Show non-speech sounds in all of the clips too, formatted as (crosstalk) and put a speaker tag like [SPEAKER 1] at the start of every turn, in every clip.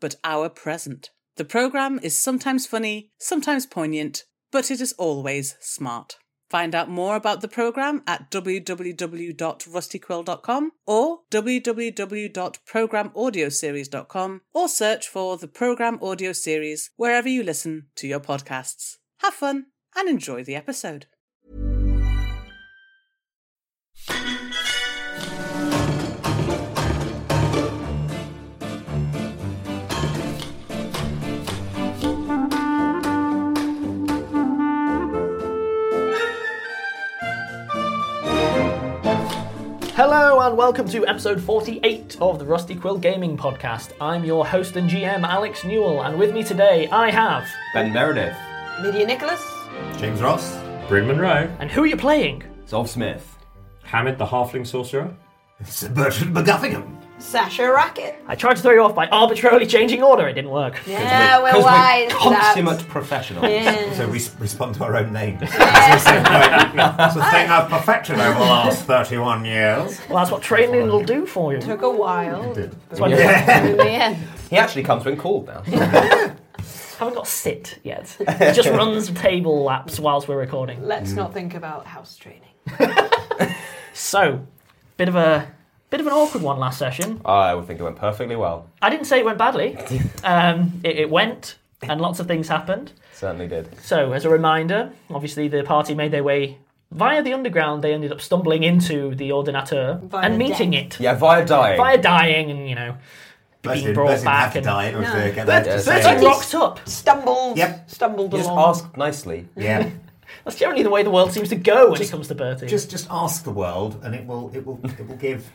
[SPEAKER 1] but our present. The programme is sometimes funny, sometimes poignant, but it is always smart. Find out more about the programme at www.rustyquill.com or www.programaudioseries.com or search for the Programme Audio Series wherever you listen to your podcasts. Have fun and enjoy the episode.
[SPEAKER 2] Hello and welcome to episode 48 of the Rusty Quill Gaming Podcast. I'm your host and GM, Alex Newell, and with me today I have.
[SPEAKER 3] Ben Meredith,
[SPEAKER 4] Lydia Nicholas.
[SPEAKER 5] James Ross.
[SPEAKER 6] Bryn Monroe,
[SPEAKER 2] And who are you playing?
[SPEAKER 3] Zolf Smith,
[SPEAKER 6] Hamid the Halfling Sorcerer,
[SPEAKER 5] Sir Bertrand McGuffingham.
[SPEAKER 4] Sasha Racket.
[SPEAKER 2] I tried to throw you off by arbitrarily changing order, it didn't work.
[SPEAKER 4] Yeah, we're,
[SPEAKER 3] because
[SPEAKER 4] wise.
[SPEAKER 3] we're
[SPEAKER 4] (laughs)
[SPEAKER 3] consummate professionals.
[SPEAKER 5] So we s- respond to our own
[SPEAKER 6] (laughs)
[SPEAKER 5] names. It's a thing I- it's a thing I've perfected over the last 31 years.
[SPEAKER 2] Well, that's what training will do for you.
[SPEAKER 4] Took a while.
[SPEAKER 2] I
[SPEAKER 4] In the end.
[SPEAKER 3] He actually comes when called
[SPEAKER 4] (laughs)
[SPEAKER 2] (laughs)
[SPEAKER 3] now.
[SPEAKER 2] haven't got sit yet. It just runs table laps whilst we're recording.
[SPEAKER 4] Let's
[SPEAKER 3] Mm.
[SPEAKER 4] not think about house training.
[SPEAKER 2] So, bit of a. Bit of an awkward one last session.
[SPEAKER 3] I would think it went perfectly well.
[SPEAKER 2] I didn't say it went badly. Um, it, it went, and lots of things happened.
[SPEAKER 3] Certainly did.
[SPEAKER 2] So, as a reminder, obviously the party made their way via the underground. They ended up stumbling into the Ordinateur
[SPEAKER 4] Via
[SPEAKER 2] and meeting it
[SPEAKER 3] Yeah, via dying.
[SPEAKER 2] via dying and, you know,
[SPEAKER 5] Bless
[SPEAKER 2] being
[SPEAKER 5] him-
[SPEAKER 2] brought
[SPEAKER 5] bless him
[SPEAKER 2] back.
[SPEAKER 5] have to
[SPEAKER 2] And
[SPEAKER 5] die in order to get
[SPEAKER 2] Bert-
[SPEAKER 5] that to
[SPEAKER 2] Bertie (laughs)
[SPEAKER 5] say-
[SPEAKER 4] Bertie's-
[SPEAKER 2] rocked up.
[SPEAKER 4] Stumbled.
[SPEAKER 5] Yep.
[SPEAKER 4] Stumbled
[SPEAKER 3] You just
[SPEAKER 4] along.
[SPEAKER 3] ask nicely.
[SPEAKER 5] Yeah.
[SPEAKER 2] That's generally the way the world seems to go when it comes to Bertie.
[SPEAKER 5] Just, just ask the world, and it will, it will, it will give.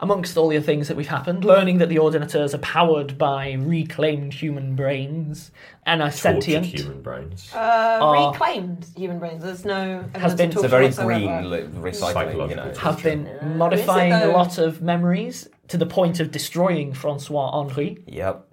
[SPEAKER 2] Amongst all the things that we've happened, learning that the Ordinateurs are powered by reclaimed human brains and are
[SPEAKER 6] tortured
[SPEAKER 2] sentient.
[SPEAKER 6] human brains.
[SPEAKER 4] Uh, reclaimed human brains. There's no. evidence of
[SPEAKER 2] been-
[SPEAKER 3] It's
[SPEAKER 4] torture
[SPEAKER 3] a very
[SPEAKER 4] whatsoever.
[SPEAKER 3] green li- recycling, you know.
[SPEAKER 6] Psychological.
[SPEAKER 2] have been modifying a
[SPEAKER 4] though?
[SPEAKER 2] lot of memories to the point of destroying Francois Henri.
[SPEAKER 3] Yep.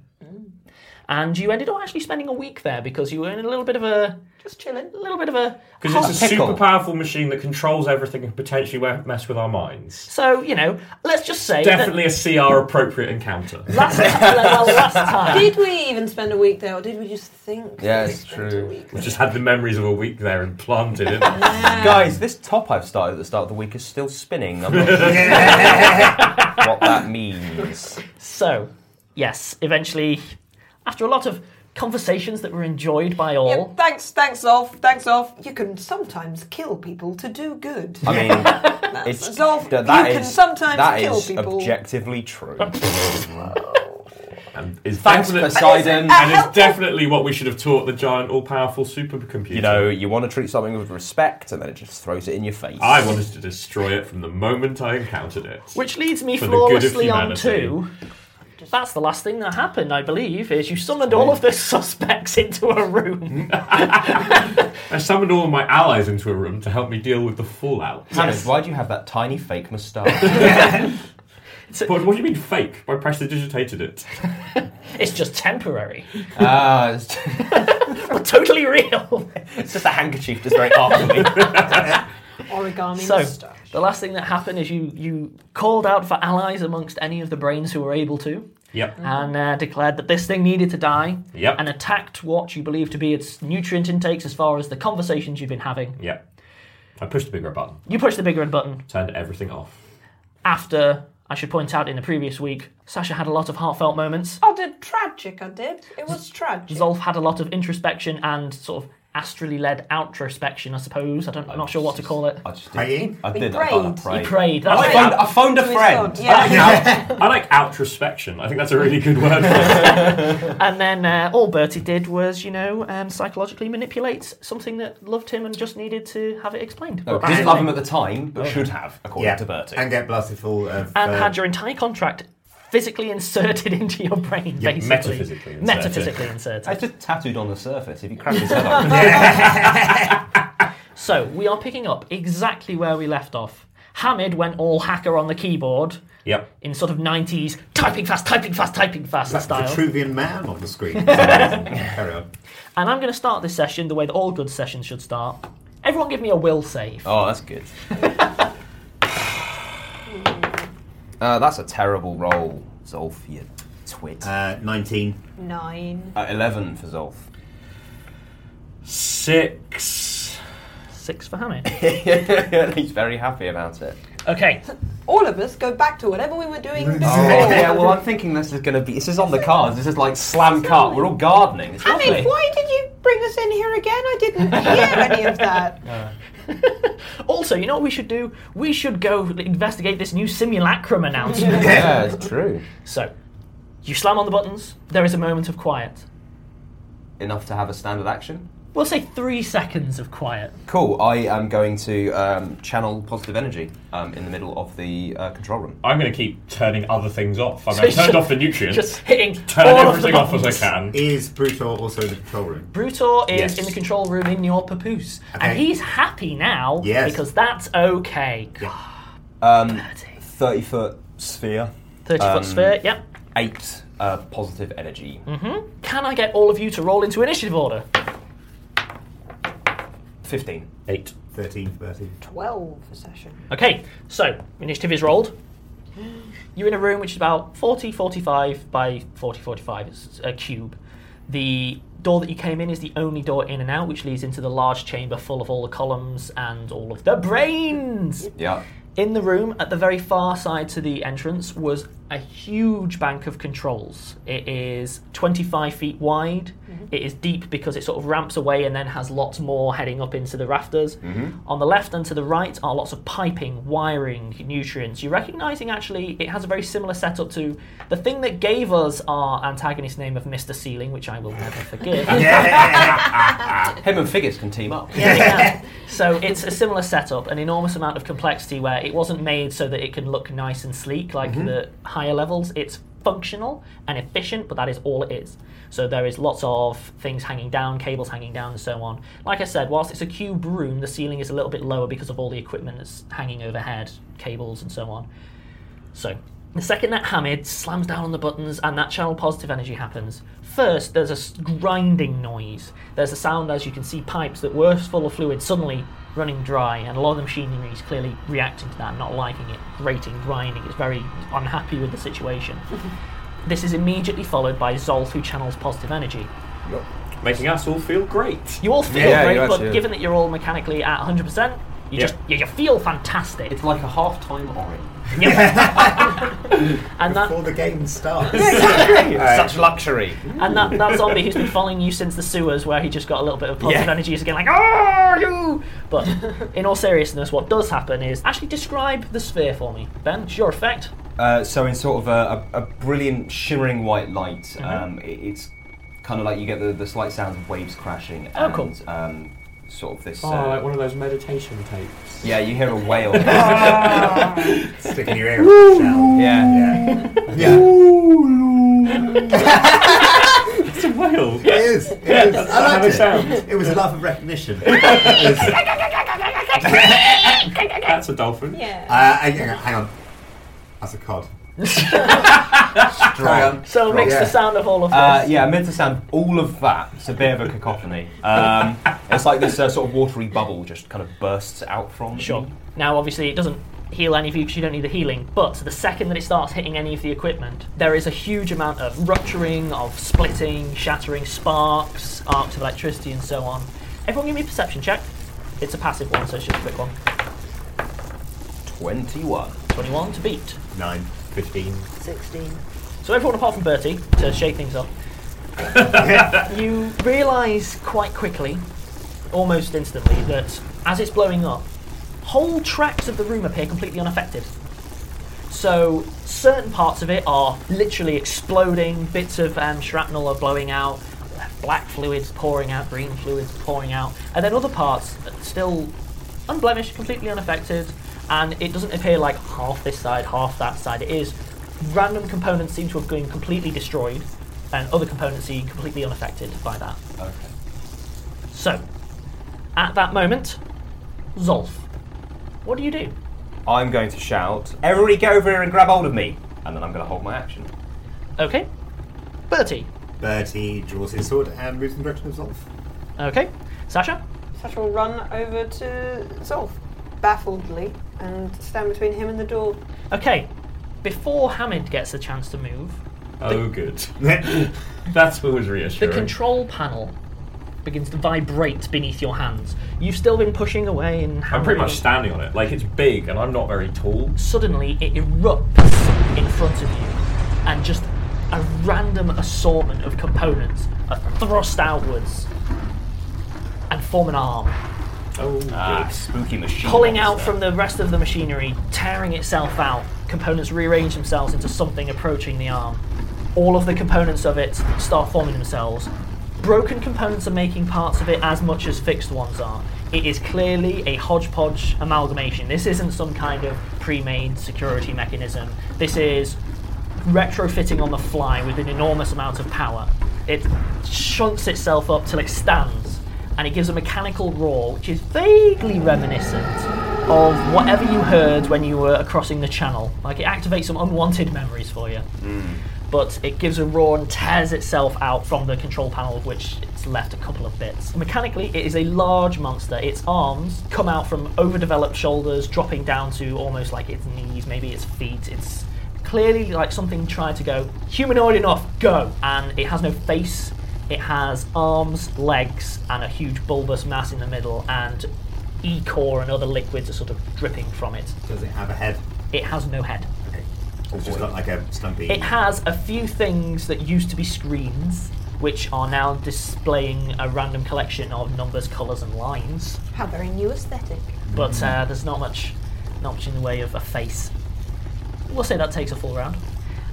[SPEAKER 2] And you ended up actually spending a week there because you were in a little bit of a
[SPEAKER 4] Just chilling.
[SPEAKER 2] a little bit of a
[SPEAKER 6] Because it's a
[SPEAKER 3] pickle.
[SPEAKER 6] super powerful machine that controls everything and potentially won't mess with our minds.
[SPEAKER 2] so you know let's just say
[SPEAKER 6] Definitely a CR appropriate encounter.
[SPEAKER 2] that last,
[SPEAKER 3] (laughs)
[SPEAKER 2] well, last time
[SPEAKER 4] Did we even spend a week there, or did we just think?
[SPEAKER 3] Yeah,
[SPEAKER 4] we
[SPEAKER 3] it's
[SPEAKER 4] spent
[SPEAKER 3] true.
[SPEAKER 4] A week
[SPEAKER 6] We
[SPEAKER 4] there?
[SPEAKER 6] just had the memories of a week there and planted it.
[SPEAKER 4] Um,
[SPEAKER 3] Guys, this top I've started at the start of the week is still spinning. (laughs) I'm not sure what that means.
[SPEAKER 2] so yes eventually after a lot of conversations that were enjoyed by all
[SPEAKER 4] Yeah, thanks, thanks, off, thanks, off. You can sometimes kill people to do good.
[SPEAKER 3] I mean,
[SPEAKER 4] (laughs) That's-
[SPEAKER 3] it's,
[SPEAKER 4] Zolf,
[SPEAKER 3] that- that
[SPEAKER 4] you can
[SPEAKER 3] is-
[SPEAKER 4] sometimes
[SPEAKER 3] that
[SPEAKER 4] kill
[SPEAKER 3] is
[SPEAKER 4] people.
[SPEAKER 3] objectively (laughs) true.
[SPEAKER 6] And is
[SPEAKER 3] Thanks,
[SPEAKER 6] definite-
[SPEAKER 3] Poseidon.
[SPEAKER 6] and it's definitely what we should have taught the giant all-powerful supercomputer.
[SPEAKER 3] You know, you want to treat something with respect, and then it just throws it in your face.
[SPEAKER 6] I wanted to destroy it from the moment I encountered it.
[SPEAKER 2] which leads me
[SPEAKER 6] For the good of
[SPEAKER 2] flawlessly on
[SPEAKER 6] humanity.
[SPEAKER 2] to that's the last thing that happened I believe is you summoned all of the (laughs) suspects into a room
[SPEAKER 6] I summoned all my allies into a room to help me deal with the fallout.
[SPEAKER 3] Hannah, why do you have that tiny fake (laughs) moustache?
[SPEAKER 6] But what do you mean fake? I prestidigitated it.
[SPEAKER 2] it's just temporary
[SPEAKER 3] Ah, it's,
[SPEAKER 2] but totally real (laughs)
[SPEAKER 3] it's just a handkerchief, just very awkwardly.
[SPEAKER 4] Origami
[SPEAKER 2] So,
[SPEAKER 4] moustache.
[SPEAKER 2] the last thing that happened is you, you called out for allies amongst any of the brains who were able to,
[SPEAKER 6] Yep.
[SPEAKER 2] and uh, declared that this thing needed to die,
[SPEAKER 6] Yep.
[SPEAKER 2] and attacked what you believe to be its nutrient intakes as far as the conversations you've been having.
[SPEAKER 6] Yep. I pushed the bigger button,
[SPEAKER 2] You pushed the big red button
[SPEAKER 6] turned everything off.
[SPEAKER 2] after, I should point out, in the previous week, Sasha had a lot of heartfelt moments,
[SPEAKER 4] I did Oh, tragic. I did. It was tragic.
[SPEAKER 2] Zolf had a lot of introspection and sort of astrally led outrospection, I suppose. I don't, I'm not sure what to call it.
[SPEAKER 3] I just
[SPEAKER 5] Praying?
[SPEAKER 3] I
[SPEAKER 4] He
[SPEAKER 3] did. I kind
[SPEAKER 4] prayed.
[SPEAKER 3] of prayed.
[SPEAKER 2] Prayed. That's
[SPEAKER 3] I
[SPEAKER 2] right.
[SPEAKER 3] phoned, I phoned a
[SPEAKER 4] To his God.
[SPEAKER 3] friend.
[SPEAKER 4] Yeah.
[SPEAKER 6] (laughs) I like outrospection. I think that's a really good word. For it.
[SPEAKER 2] And then uh, all Bertie did was, you know, um, psychologically manipulate something that loved him and just needed to have it explained.
[SPEAKER 3] No, didn't love him at the time, but should have, according
[SPEAKER 5] Yeah.
[SPEAKER 3] to Bertie.
[SPEAKER 5] And get blasted full of.
[SPEAKER 2] and
[SPEAKER 5] uh,
[SPEAKER 2] had your entire contract physically inserted (laughs) into your brain,
[SPEAKER 6] Yeah,
[SPEAKER 2] basically.
[SPEAKER 6] metaphysically inserted.
[SPEAKER 2] Metaphysically inserted.
[SPEAKER 3] It's just tattooed on the surface. If you crack his head off,
[SPEAKER 2] So we are picking up exactly where we left off. Hamid went all hacker on the keyboard
[SPEAKER 6] (laughs) Yep.
[SPEAKER 2] in sort of 90s typing fast, typing fast, typing fast
[SPEAKER 5] That's
[SPEAKER 2] style.
[SPEAKER 5] Vitruvian man on
[SPEAKER 2] (laughs)
[SPEAKER 5] the screen. Carry on.
[SPEAKER 2] And I'm going to start this session the way that all good sessions should start. Everyone give me a will save.
[SPEAKER 3] Oh, that's (laughs) good. uh, that's a terrible roll, Zolf, you twit.
[SPEAKER 5] Uh, 19.
[SPEAKER 4] Nine.
[SPEAKER 3] Uh, 11 for (laughs) Zolf.
[SPEAKER 6] Six.
[SPEAKER 2] Six for Hamid.
[SPEAKER 3] He's very happy about it.
[SPEAKER 2] Okay,
[SPEAKER 4] All of us go back to whatever we were doing before.
[SPEAKER 3] yeah, well, I'm thinking this is going to be. This is on the cards. This is like slam cart. We're all gardening. It's
[SPEAKER 4] I
[SPEAKER 3] lovely.
[SPEAKER 4] mean, why did you bring us in here again? I didn't
[SPEAKER 3] (laughs)
[SPEAKER 4] hear any of that.
[SPEAKER 2] Also, you know what we should do? We should go investigate this new simulacrum announcement.
[SPEAKER 3] yeah, it's true.
[SPEAKER 2] so, you slam on the buttons, there is a moment of quiet.
[SPEAKER 3] Enough to have a standard action.
[SPEAKER 2] We'll say three seconds of quiet.
[SPEAKER 3] Cool. I am going to um, channel positive energy um, in the middle of the uh, control room.
[SPEAKER 6] I'm going to keep turning other things off. I mean, I've turned off the nutrients.
[SPEAKER 2] Just hitting
[SPEAKER 6] turn
[SPEAKER 2] all
[SPEAKER 6] everything
[SPEAKER 2] of
[SPEAKER 6] off
[SPEAKER 2] the
[SPEAKER 6] as I
[SPEAKER 2] buttons.
[SPEAKER 6] can.
[SPEAKER 5] Is Brutor also in the control room?
[SPEAKER 2] Brutor is
[SPEAKER 6] Yes.
[SPEAKER 2] in the control room in your papoose.
[SPEAKER 5] Okay.
[SPEAKER 2] And he's happy now
[SPEAKER 5] Yes.
[SPEAKER 2] because that's okay.
[SPEAKER 3] Um, Thirty foot sphere.
[SPEAKER 2] 30
[SPEAKER 3] Um,
[SPEAKER 2] foot sphere, yep.
[SPEAKER 3] Eight uh, positive energy.
[SPEAKER 2] Can I get all of you to roll into initiative order?
[SPEAKER 3] Fifteen.
[SPEAKER 6] Eight.
[SPEAKER 5] 13,
[SPEAKER 2] (laughs)
[SPEAKER 5] 13.
[SPEAKER 4] Twelve a session.
[SPEAKER 2] Okay, so initiative is rolled. You're in a room which is about 40, 45 by 40, 45. It's a cube. The door that you came in is the only door in and out, which leads into the large chamber full of all the columns and all of the brains.
[SPEAKER 3] Yeah.
[SPEAKER 2] In the room, at the very far side to the entrance, was a huge bank of controls. It is 25 feet wide. It is deep because it sort of ramps away and then has lots more heading up into the rafters. On the left and to the right are lots of piping, wiring, nutrients. You're recognizing actually it has a very similar setup to the thing that gave us our antagonist name of Mr. Ceiling, which I will never forgive.
[SPEAKER 3] Him and Figgis can team up.
[SPEAKER 2] Yeah. So it's a similar setup, an enormous amount of complexity where it wasn't made so that it can look nice and sleek like the higher levels. It's functional and efficient, but that is all it is. So there is lots of things hanging down, cables hanging down, and so on. Like I said, whilst it's a cube room, the ceiling is a little bit lower because of all the equipment that's hanging overhead, cables, and so on. So, the second that Hamid slams down on the buttons and that channel positive energy happens, first there's a s- grinding noise. There's a sound as you can see pipes that were full of fluid suddenly running dry, and a lot of the machinery is clearly reacting to that, not liking it, grating, grinding. It's very unhappy with the situation. this is immediately followed by Zolf, who channels positive energy.
[SPEAKER 6] Making us all feel (laughs) great.
[SPEAKER 2] You all feel
[SPEAKER 3] Yeah,
[SPEAKER 2] great,
[SPEAKER 3] you
[SPEAKER 2] but
[SPEAKER 3] actually-
[SPEAKER 2] given that you're all mechanically at 100%, you
[SPEAKER 6] Yeah.
[SPEAKER 2] just you, you feel fantastic.
[SPEAKER 3] It's (laughs) like a half-time orange.
[SPEAKER 2] (laughs) and that
[SPEAKER 5] Before the game starts.
[SPEAKER 3] Such luxury.
[SPEAKER 2] And that, that zombie who's been following you since the sewers, where he just got a little bit of positive energy, is again like, oh, you! But in all seriousness, what does happen is actually describe the sphere for me, Ben. It's your effect.
[SPEAKER 3] Uh, so in sort of a, a, a brilliant shimmering white light, um, it, it's kind of like you get the, the slight sounds of waves crashing and
[SPEAKER 2] Oh, cool.
[SPEAKER 3] um, sort of this.
[SPEAKER 6] Oh,
[SPEAKER 3] uh,
[SPEAKER 6] like one of those meditation tapes.
[SPEAKER 3] yeah, you hear a wail.
[SPEAKER 5] Sticking your ear out. Shell.
[SPEAKER 3] yeah.
[SPEAKER 5] Yeah. yeah.
[SPEAKER 6] It's a whale.
[SPEAKER 5] It is. It is. I
[SPEAKER 6] how
[SPEAKER 5] liked
[SPEAKER 6] it
[SPEAKER 5] it.
[SPEAKER 6] sounds.
[SPEAKER 5] It was a laugh of (laughs) recognition. It was-
[SPEAKER 6] That's a dolphin.
[SPEAKER 4] Yeah.
[SPEAKER 5] Uh, hang on, hang on. That's a cod. Strong.
[SPEAKER 2] So it makes
[SPEAKER 5] Yeah.
[SPEAKER 2] the sound of all of this.
[SPEAKER 3] Uh, yeah, meant to sound all of that. It's a bit of a cacophony. Um, it's like this uh, sort of watery bubble just kind of bursts out from.
[SPEAKER 2] Sure. Now, obviously, it doesn't heal any of you because you don't need the healing, but the second that it starts hitting any of the equipment, there is a huge amount of rupturing, of splitting, shattering, sparks, arcs of electricity, and so on. Everyone give me a perception check. It's a passive one, so it's just a quick one.
[SPEAKER 3] Twenty-one.
[SPEAKER 2] 21 to beat.
[SPEAKER 5] Nine. Fifteen.
[SPEAKER 4] Sixteen.
[SPEAKER 2] So everyone apart from Bertie, to shake things up, you realise quite quickly, almost instantly, that as it's blowing up, whole tracts of the room appear completely unaffected. So certain parts of it are literally exploding, bits of um, shrapnel are blowing out, black fluids pouring out, green fluids pouring out, and then other parts still unblemished, completely unaffected, and it doesn't appear like half this side, half that side. It is random components seem to have been completely destroyed, and other components seem completely unaffected by that.
[SPEAKER 3] Okay.
[SPEAKER 2] So, at that moment, Zolf, what do you do?
[SPEAKER 3] I'm going to shout, everybody get over here and grab hold of me! And then I'm going to hold my action.
[SPEAKER 2] Okay, Bertie.
[SPEAKER 5] Bertie draws his sword and moves in the direction of Zolf.
[SPEAKER 2] Okay, Sasha.
[SPEAKER 4] Sasha will run over to Zolf, baffledly, and stand between him and the door.
[SPEAKER 2] Okay, before Hamid gets a chance to move,
[SPEAKER 6] Oh, (laughs) good. That's what was
[SPEAKER 2] the
[SPEAKER 6] reassuring.
[SPEAKER 2] control panel begins to vibrate beneath your hands. You've still been pushing away and
[SPEAKER 6] I'm pretty much
[SPEAKER 2] hammering.
[SPEAKER 6] standing on it. Like it's big, and I'm not very tall.
[SPEAKER 2] suddenly it erupts in front of you, and just a random assortment of components are thrust outwards and form an arm,
[SPEAKER 6] Oh,
[SPEAKER 3] Ah, spooky machine.
[SPEAKER 2] pulling out
[SPEAKER 3] monster.
[SPEAKER 2] from the rest of the machinery, tearing itself out. Components rearrange themselves into something approaching the arm. All of the components of it start forming themselves. Broken components are making parts of it as much as fixed ones are. It is clearly a hodgepodge amalgamation. This isn't some kind of pre made security mechanism. This is retrofitting on the fly with an enormous amount of power. It shunts itself up till it stands, and it gives a mechanical roar which is vaguely reminiscent of whatever you heard when you were crossing the channel. Like it activates some unwanted memories for you. But it gives a roar and tears itself out from the control panel, of which it's left a couple of bits. Mechanically, it is a large monster. Its arms come out from overdeveloped shoulders, dropping down to almost like its knees, maybe its feet. It's clearly like something tried to go humanoid enough go and it has no face it has arms legs and a huge bulbous mass in the middle and e-core and other liquids are sort of dripping from it
[SPEAKER 5] Does it have a head?
[SPEAKER 2] it has no head
[SPEAKER 5] Okay. It's just got like a stumpy.
[SPEAKER 2] it has a few things that used to be screens which are now displaying a random collection of numbers colors and lines
[SPEAKER 7] How very new aesthetic.
[SPEAKER 2] but uh, there's not much not much in the way of a face. We'll say that takes a full round.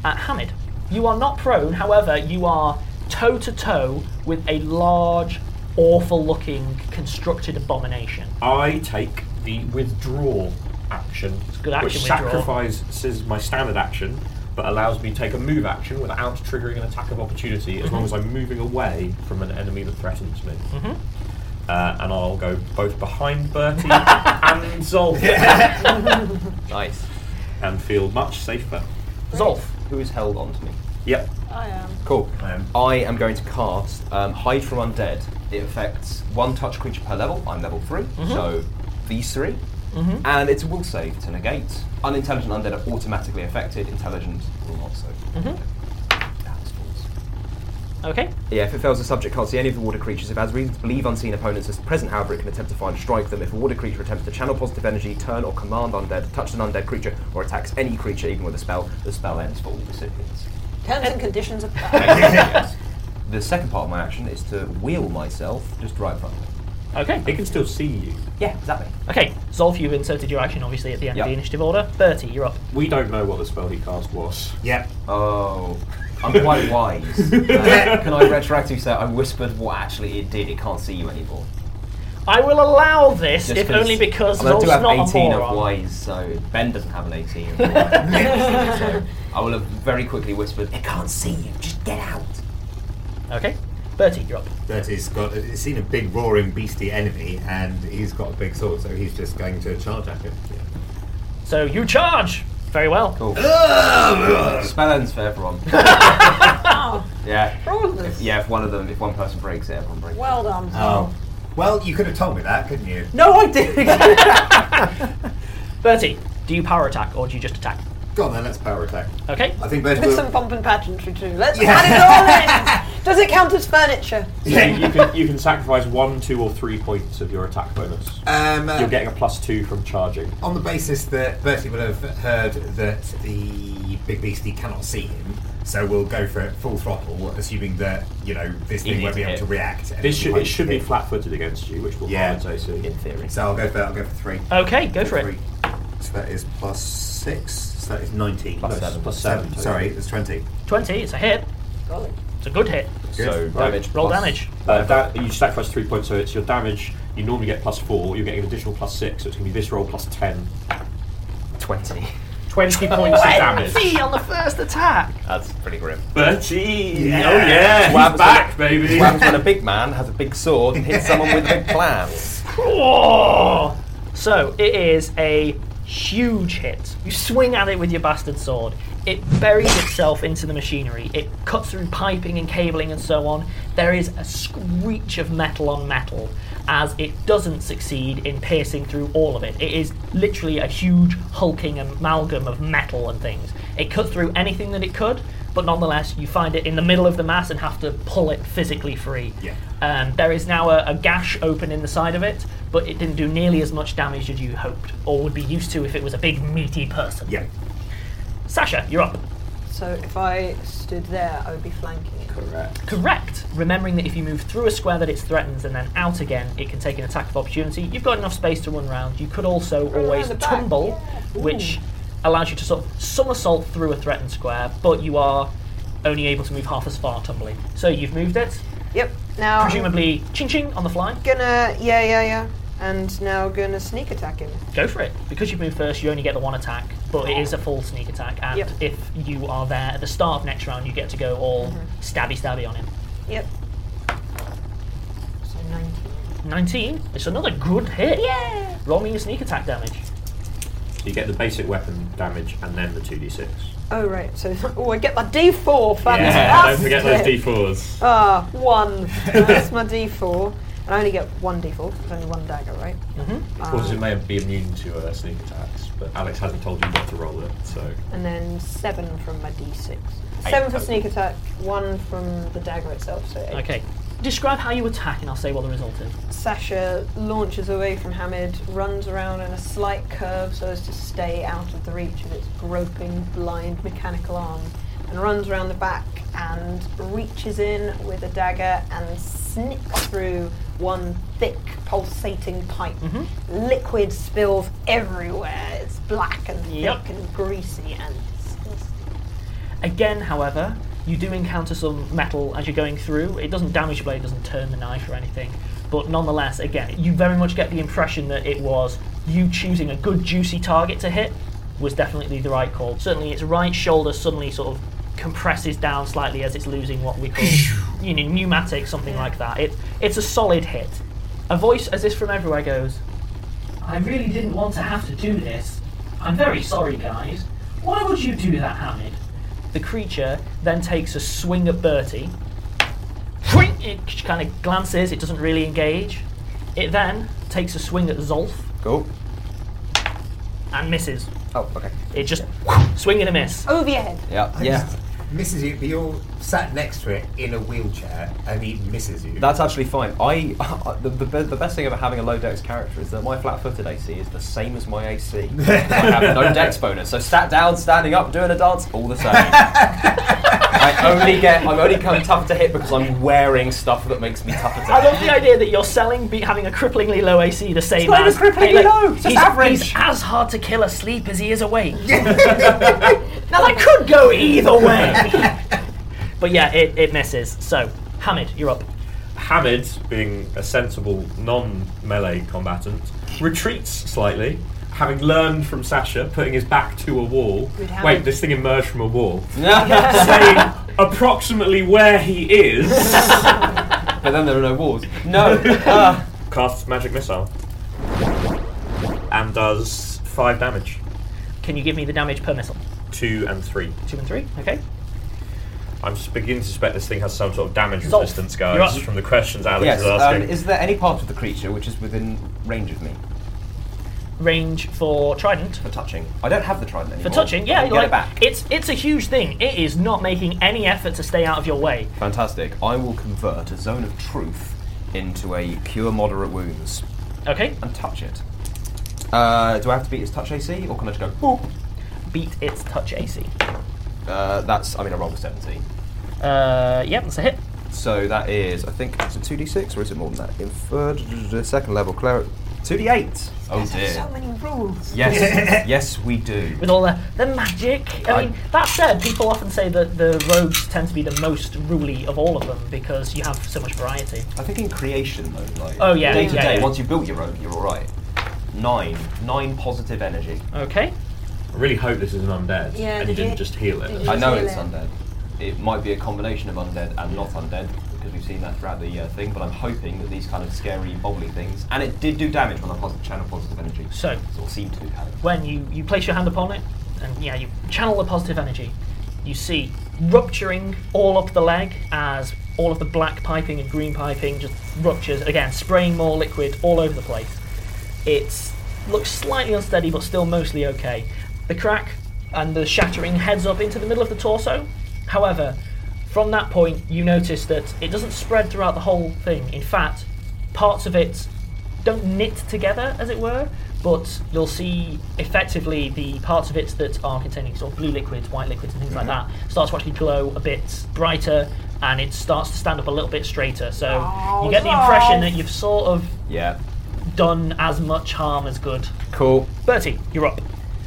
[SPEAKER 2] Uh, Hamid, you are not prone, however, you are toe to toe with a large, awful looking constructed abomination.
[SPEAKER 6] I take the withdraw action,
[SPEAKER 2] good action,
[SPEAKER 6] which
[SPEAKER 2] withdraw.
[SPEAKER 6] sacrifices my standard action, but allows me to take a move action without triggering an attack of opportunity, as long
[SPEAKER 2] Mm-hmm.
[SPEAKER 6] as I'm moving away from an enemy that threatens me. Uh, and I'll go both
[SPEAKER 2] (laughs)
[SPEAKER 6] behind Bertie and Zolf,
[SPEAKER 3] Nice.
[SPEAKER 6] and feel much safer.
[SPEAKER 2] Zolf,
[SPEAKER 3] Who is held onto me?
[SPEAKER 6] Yep.
[SPEAKER 4] I am.
[SPEAKER 3] Cool.
[SPEAKER 5] I am.
[SPEAKER 3] I am going to cast um, Hide from Undead. It affects one touch creature per level. I'm level 3 so these 3 And it's a will save to negate. Unintelligent undead are automatically affected. Intelligent will not save. Ah, it's false.
[SPEAKER 2] okay.
[SPEAKER 3] Yeah, if it fails, the subject can't see any of the water creatures. If it has reason to believe unseen opponents is present, however, it can attempt to find and strike them. If a water creature attempts to channel positive energy, turn or command undead, touch an undead creature, or attacks any creature, even with a spell, the spell ends for all recipients.
[SPEAKER 4] Terms and conditions (laughs) apply.
[SPEAKER 3] The second part of my action is to wheel myself just right in front of me.
[SPEAKER 2] Okay.
[SPEAKER 6] It can still see you.
[SPEAKER 3] Yeah, exactly.
[SPEAKER 2] Okay, Zolf, you've inserted your action obviously at the end of
[SPEAKER 3] Yep.
[SPEAKER 2] the initiative order. Bertie, you're up.
[SPEAKER 6] We don't know what the spell he
[SPEAKER 2] (laughs)
[SPEAKER 6] cast was.
[SPEAKER 5] (laughs) Yep.
[SPEAKER 3] Oh, I'm (laughs) quite wise. Uh, can I retroactively say I whispered what actually it did? It can't see you anymore.
[SPEAKER 2] I will allow this,
[SPEAKER 3] Just
[SPEAKER 2] if only because
[SPEAKER 3] I mean, I
[SPEAKER 2] Zolf's
[SPEAKER 3] do have
[SPEAKER 2] not a
[SPEAKER 3] 18 of
[SPEAKER 2] moron.
[SPEAKER 3] wise, so Ben doesn't have an
[SPEAKER 2] (laughs)
[SPEAKER 3] 18. of wise. so I will have very quickly whispered, "It can't see you. Just get out."
[SPEAKER 2] Okay. Bertie, you're up.
[SPEAKER 5] Bertie's got. He's seen a big roaring beastie enemy, and he's got a big sword, so he's just going to charge at it.
[SPEAKER 2] So you charge! Very well.
[SPEAKER 3] Cool. Oh. (laughs) Spell ends
[SPEAKER 2] (laughs)
[SPEAKER 3] for everyone. yeah,
[SPEAKER 4] For all of us.
[SPEAKER 3] yeah. If one of them, if one person breaks it, everyone breaks.
[SPEAKER 4] Well done.
[SPEAKER 5] Oh. Well, you could have told me that, couldn't you?
[SPEAKER 3] No, I (laughs) didn't.
[SPEAKER 2] Bertie, do you power attack or do you just attack?
[SPEAKER 5] Go on then, let's power attack.
[SPEAKER 2] Okay.
[SPEAKER 5] I think Bertie
[SPEAKER 4] With
[SPEAKER 5] will.
[SPEAKER 4] some pomp and pageantry too. Let's add it all in. Does it count as furniture?
[SPEAKER 6] you, you can, you can sacrifice one, two, or three points of your attack bonus.
[SPEAKER 5] Um, uh,
[SPEAKER 6] You're getting a plus two from charging.
[SPEAKER 5] on the basis that Bertie would have heard that the big beastie cannot see him, so we'll go for it full throttle, assuming that you know this
[SPEAKER 3] He
[SPEAKER 5] thing won't
[SPEAKER 3] needs
[SPEAKER 5] be able
[SPEAKER 3] hit.
[SPEAKER 5] to react. and
[SPEAKER 6] This
[SPEAKER 5] he
[SPEAKER 6] should, it
[SPEAKER 5] won't
[SPEAKER 6] should be
[SPEAKER 5] hit.
[SPEAKER 6] flat-footed against you, which will
[SPEAKER 5] Yeah.
[SPEAKER 6] harm its AC.
[SPEAKER 3] In theory.
[SPEAKER 5] So I'll go for I'll go for three.
[SPEAKER 2] Okay, go for
[SPEAKER 5] Three.
[SPEAKER 2] it.
[SPEAKER 5] So that is plus six. So that is nineteen.
[SPEAKER 6] Plus
[SPEAKER 5] No,
[SPEAKER 6] seven. Plus
[SPEAKER 5] seven.
[SPEAKER 6] seven.
[SPEAKER 5] Sorry, it's twenty.
[SPEAKER 2] 20, it's a hit.
[SPEAKER 4] Golly.
[SPEAKER 2] It's a good hit.
[SPEAKER 3] So
[SPEAKER 5] Good.
[SPEAKER 3] damage.
[SPEAKER 2] Roll
[SPEAKER 3] plus-
[SPEAKER 2] damage.
[SPEAKER 6] Uh, that, you sacrifice three points, so it's your damage. You normally get plus four. You're getting an additional plus six, so it's going to be this roll plus ten.
[SPEAKER 3] 20.
[SPEAKER 6] 20 points of damage.
[SPEAKER 2] on the first attack.
[SPEAKER 3] That's pretty grim.
[SPEAKER 6] Bertie! Oh, yeah!
[SPEAKER 3] Wham
[SPEAKER 6] he's
[SPEAKER 3] was
[SPEAKER 6] back,
[SPEAKER 3] a-
[SPEAKER 6] baby!
[SPEAKER 3] Whams when a big man has a big sword and hits someone with a big plan.
[SPEAKER 2] Oh! So it is a huge hit. You swing at it with your bastard sword. It buries itself into the machinery. It cuts through piping and cabling and so on. There is a screech of metal on metal as it doesn't succeed in piercing through all of it. It is literally a huge hulking amalgam of metal and things. It cuts through anything that it could, but nonetheless, you find it in the middle of the mass and have to pull it physically free.
[SPEAKER 5] Yeah.
[SPEAKER 2] Um, there is now a, a gash open in the side of it, but it didn't do nearly as much damage as you hoped, or would be used to if it was a big meaty person.
[SPEAKER 5] Yeah.
[SPEAKER 2] Sasha, you're up.
[SPEAKER 4] So if I stood there, I would be flanking it.
[SPEAKER 2] Correct. Remembering that if you move through a square that it threatens and then out again, it can take an attack of opportunity. You've got enough space to run round. You could also
[SPEAKER 4] around
[SPEAKER 2] always
[SPEAKER 4] the back,
[SPEAKER 2] tumble,
[SPEAKER 4] yeah.
[SPEAKER 2] which allows you to sort of somersault through a threatened square, but you are only able to move half as far tumbling. So you've moved it,
[SPEAKER 4] Yep. Now I'm
[SPEAKER 2] presumably ching ching on the fly.
[SPEAKER 4] gonna yeah yeah yeah, and now gonna sneak attack him.
[SPEAKER 2] Go for it. Because you move first, you only get the one attack, but it is a full sneak attack. And
[SPEAKER 4] Yep.
[SPEAKER 2] if you are there at the start of next round, you get to go all stabby stabby on him.
[SPEAKER 4] Yep. So 19.
[SPEAKER 2] 19. It's another good hit. Yeah. Roll me your sneak attack damage.
[SPEAKER 6] You get the basic weapon damage and then the 2d6.
[SPEAKER 4] Oh right. So (laughs) oh, I get my D4.
[SPEAKER 6] Yeah,
[SPEAKER 4] Fantastic.
[SPEAKER 6] don't forget those d4s.
[SPEAKER 4] Ah, one. That's my D4, and I only get one D4. 'cause There's only one dagger, right?
[SPEAKER 6] Of course, it may be immune to uh, sneak attacks, but Alex hasn't told you what to roll it, so.
[SPEAKER 4] And then seven from my D6.
[SPEAKER 3] Eight
[SPEAKER 4] Seven for
[SPEAKER 3] total.
[SPEAKER 4] sneak attack, one from the dagger itself. So eight.
[SPEAKER 2] Okay. Describe how you attack, and I'll say what the result is.
[SPEAKER 4] Sasha launches away from Hamid, runs around in a slight curve so as to stay out of the reach of its groping, blind, mechanical arm, and runs around the back and reaches in with a dagger and snips through one thick, pulsating pipe.
[SPEAKER 2] Mm-hmm.
[SPEAKER 4] Liquid spills everywhere. It's black and
[SPEAKER 2] Yep.
[SPEAKER 4] thick and greasy and disgusting.
[SPEAKER 2] Again, however, you do encounter some metal as you're going through. It doesn't damage your blade, it doesn't turn the knife or anything. But nonetheless, again, you very much get the impression that it was you choosing a good, juicy target to hit was definitely the right call. Certainly, its right shoulder suddenly sort of compresses down slightly as it's losing what we call you know, pneumatic, something like that. It, it's a solid hit. A voice, as if from everywhere, goes, I really didn't want to have to do this. I'm very sorry, guys. Why would you do that, Hamid? The creature then takes a swing at Bertie. Whing! It kind of glances, it doesn't really engage. It then takes a swing at Zolf
[SPEAKER 3] Cool.
[SPEAKER 2] and misses.
[SPEAKER 3] Oh, okay.
[SPEAKER 2] It just swing and a miss.
[SPEAKER 4] Over your head.
[SPEAKER 3] Yeah, yeah.
[SPEAKER 5] Misses you, but you're sat next to it in a wheelchair and he misses you.
[SPEAKER 3] That's actually fine. I (laughs) the, the, be- the best thing about having a low dex character is that my flat-footed AC is the same as my AC. I have no dex bonus, so sat down, standing up, doing a dance, all the same. (laughs) I only get I'm only kind of tough to hit because I'm wearing stuff that makes me tougher to
[SPEAKER 2] I
[SPEAKER 3] hit.
[SPEAKER 2] love the idea that you're selling be having a cripplingly low AC the same
[SPEAKER 3] not even
[SPEAKER 2] as
[SPEAKER 3] cripplingly low, it's just
[SPEAKER 2] he's,
[SPEAKER 3] average.
[SPEAKER 2] he's as hard to kill asleep as he is awake.
[SPEAKER 3] (laughs)
[SPEAKER 2] (laughs) now that could go either way. (laughs) but yeah, it, it misses. So Hamid, you're up.
[SPEAKER 6] Hamid, being a sensible non melee combatant, retreats slightly, having learned from Sasha, putting his back to a wall.
[SPEAKER 4] Good Hamid.
[SPEAKER 6] Wait, this thing emerged from a wall. saying approximately where he is. (laughs)
[SPEAKER 3] but then there are no walls. No. Uh,
[SPEAKER 6] casts magic missile. And does five damage.
[SPEAKER 2] Can you give me the damage per missile?
[SPEAKER 6] Two and three.
[SPEAKER 2] Two and three. Okay.
[SPEAKER 6] I'm s- beginning to suspect this thing has some sort of damage
[SPEAKER 2] Zolf,
[SPEAKER 6] resistance,
[SPEAKER 2] you're
[SPEAKER 6] guys,
[SPEAKER 2] up.
[SPEAKER 6] from the questions Alex
[SPEAKER 3] yes.
[SPEAKER 6] is
[SPEAKER 3] Um,
[SPEAKER 6] asking.
[SPEAKER 3] is there any part of the creature which is within range of me
[SPEAKER 2] Range for trident.
[SPEAKER 3] for touching? I don't have the trident
[SPEAKER 2] For
[SPEAKER 3] anymore.
[SPEAKER 2] touching,
[SPEAKER 3] I
[SPEAKER 2] yeah,
[SPEAKER 3] can Oh, get
[SPEAKER 2] like
[SPEAKER 3] it back.
[SPEAKER 2] it's it's a huge thing. It is not making any effort to stay out of your way.
[SPEAKER 3] Fantastic. I will convert a zone of truth into a cure moderate wounds
[SPEAKER 2] Okay,
[SPEAKER 3] and touch it. Uh, do I have to beat its touch AC or can I just go boop?
[SPEAKER 2] beat its touch AC.
[SPEAKER 3] Uh, that's, I mean, I rolled a 17.
[SPEAKER 2] Uh, yep, that's a hit.
[SPEAKER 3] So that is, I think, it's a 2d6 or is it more than that? Inferred, second level cleric. 2d8! Oh
[SPEAKER 4] So many rules.
[SPEAKER 3] Yes, (laughs) yes, we do.
[SPEAKER 2] with all the, the magic. I
[SPEAKER 3] I-
[SPEAKER 2] mean, that said, people often say that the rogues tend to be the most ruly of all of them because you have so much variety.
[SPEAKER 3] I think in creation, though, like,
[SPEAKER 2] Oh, yeah,
[SPEAKER 3] day to
[SPEAKER 2] yeah,
[SPEAKER 3] day,
[SPEAKER 2] yeah.
[SPEAKER 3] once you've built your own, you're alright. Nine. Nine positive energy.
[SPEAKER 2] Okay.
[SPEAKER 6] I really hope this is an undead,
[SPEAKER 4] Yeah,
[SPEAKER 6] and you
[SPEAKER 4] did
[SPEAKER 6] didn't
[SPEAKER 4] you-
[SPEAKER 6] just heal it.
[SPEAKER 4] did
[SPEAKER 6] That's
[SPEAKER 4] you-
[SPEAKER 3] I know
[SPEAKER 4] Heal
[SPEAKER 3] it's
[SPEAKER 4] it.
[SPEAKER 3] undead. It might be a combination of undead and not undead because we've seen that throughout the uh, thing. But I'm hoping that these kind of scary, bobbly things, and it did do damage when I positive channel positive energy.
[SPEAKER 2] So-
[SPEAKER 3] or seemed to kind of.
[SPEAKER 2] when you, you place your hand upon it and yeah, you channel the positive energy, you see rupturing all up the leg as all of the black piping and green piping just ruptures again, spraying more liquid all over the place. It looks slightly unsteady but still mostly okay. The crack and the shattering heads up into the middle of the torso. However, from that point, you notice that it doesn't spread throughout the whole thing. In fact, parts of it don't knit together, as it were, but you'll see effectively the parts of it that are containing sort of blue liquids, white liquids, and things
[SPEAKER 5] Mm-hmm.
[SPEAKER 2] like that starts to actually glow a bit brighter and it starts to stand up a little bit straighter. So you get the impression that you've sort of
[SPEAKER 3] Yeah.
[SPEAKER 2] done as much harm as good.
[SPEAKER 3] Cool.
[SPEAKER 2] Bertie, you're up.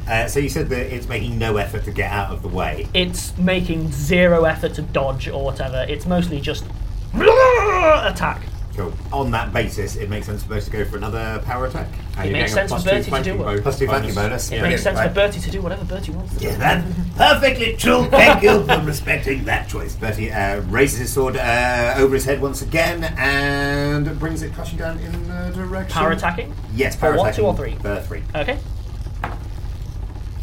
[SPEAKER 5] Uh, so you said that it's making no effort to get out of the way.
[SPEAKER 2] It's making zero effort to dodge or whatever. It's mostly just (laughs) attack.
[SPEAKER 5] Cool. On that basis, it makes sense for us to go for another power attack.
[SPEAKER 6] how you're
[SPEAKER 2] makes
[SPEAKER 6] getting a
[SPEAKER 2] sense for
[SPEAKER 6] plus
[SPEAKER 2] Bertie
[SPEAKER 6] two
[SPEAKER 2] to
[SPEAKER 6] flanking
[SPEAKER 2] do it.
[SPEAKER 6] bo-
[SPEAKER 5] Plus two flanking bonus.
[SPEAKER 2] It makes
[SPEAKER 5] Yeah. Brilliant,
[SPEAKER 2] sense
[SPEAKER 5] right.
[SPEAKER 2] for Bertie to do whatever Bertie wants. to do.
[SPEAKER 5] Yeah, that perfectly true. Thank you for respecting that choice. Bertie uh, raises his sword uh, over his head once again and brings it crashing down in the direction.
[SPEAKER 2] Power attacking.
[SPEAKER 5] Yes, power
[SPEAKER 2] one,
[SPEAKER 5] attacking.
[SPEAKER 2] two, or three?
[SPEAKER 5] Uh, three.
[SPEAKER 2] Okay.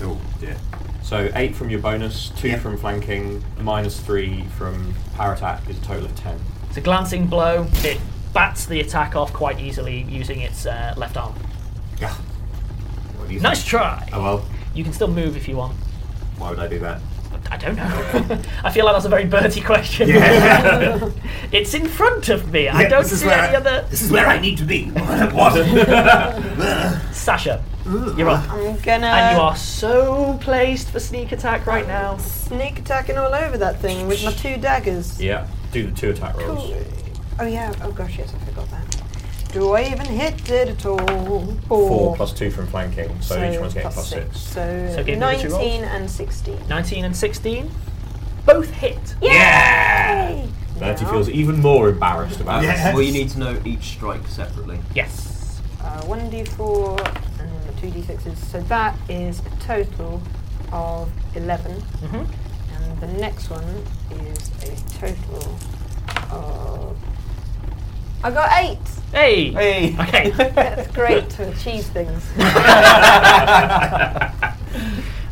[SPEAKER 5] Oh dear.
[SPEAKER 6] So eight from your bonus, two
[SPEAKER 5] Yeah.
[SPEAKER 6] from flanking, minus three from power attack is a total of ten.
[SPEAKER 2] It's a glancing blow. It bats the attack off quite easily using its uh, left arm.
[SPEAKER 5] Ah. What do you
[SPEAKER 2] Nice
[SPEAKER 5] think?
[SPEAKER 2] try.
[SPEAKER 5] Oh well,
[SPEAKER 2] You can still move if you want.
[SPEAKER 5] why would I do that?
[SPEAKER 2] I don't know. (laughs) I feel like that's a very Bertie question.
[SPEAKER 5] (laughs) Yeah.
[SPEAKER 2] it's in front of me. I
[SPEAKER 5] Yeah,
[SPEAKER 2] don't
[SPEAKER 5] this is
[SPEAKER 2] see
[SPEAKER 5] where
[SPEAKER 2] any
[SPEAKER 5] I-
[SPEAKER 2] other.
[SPEAKER 5] This is where I need to be. (laughs) what?
[SPEAKER 2] Sasha, you're up.
[SPEAKER 4] I'm
[SPEAKER 5] Uh,
[SPEAKER 4] gonna.
[SPEAKER 2] And you are so placed for sneak attack right now.
[SPEAKER 4] sneak attacking all over that thing with my two daggers.
[SPEAKER 6] Yeah. Do the two attack rolls.
[SPEAKER 4] Cool. Oh yeah. Oh gosh, yes, I forgot that. Do I even hit it at all? Four.
[SPEAKER 6] Four plus two from flanking, so, each one's getting plus six.
[SPEAKER 4] So,
[SPEAKER 2] So give me the two rolls.
[SPEAKER 4] 19 and 16.
[SPEAKER 2] 19 and 16, both hit.
[SPEAKER 5] Yeah.
[SPEAKER 6] Bertie feels even more embarrassed about
[SPEAKER 5] Yeah.
[SPEAKER 6] this.
[SPEAKER 3] Well, you Uh, need to know each strike separately.
[SPEAKER 2] Yes.
[SPEAKER 4] Uh, 1d4 and then the 2d6s. So that is a total of 11.
[SPEAKER 6] Mm-hmm.
[SPEAKER 2] Mhm.
[SPEAKER 4] And the next one is a total of. I got 8!
[SPEAKER 2] Hey.
[SPEAKER 3] Hey.
[SPEAKER 2] Okay.
[SPEAKER 6] (laughs)
[SPEAKER 4] That's great to achieve things.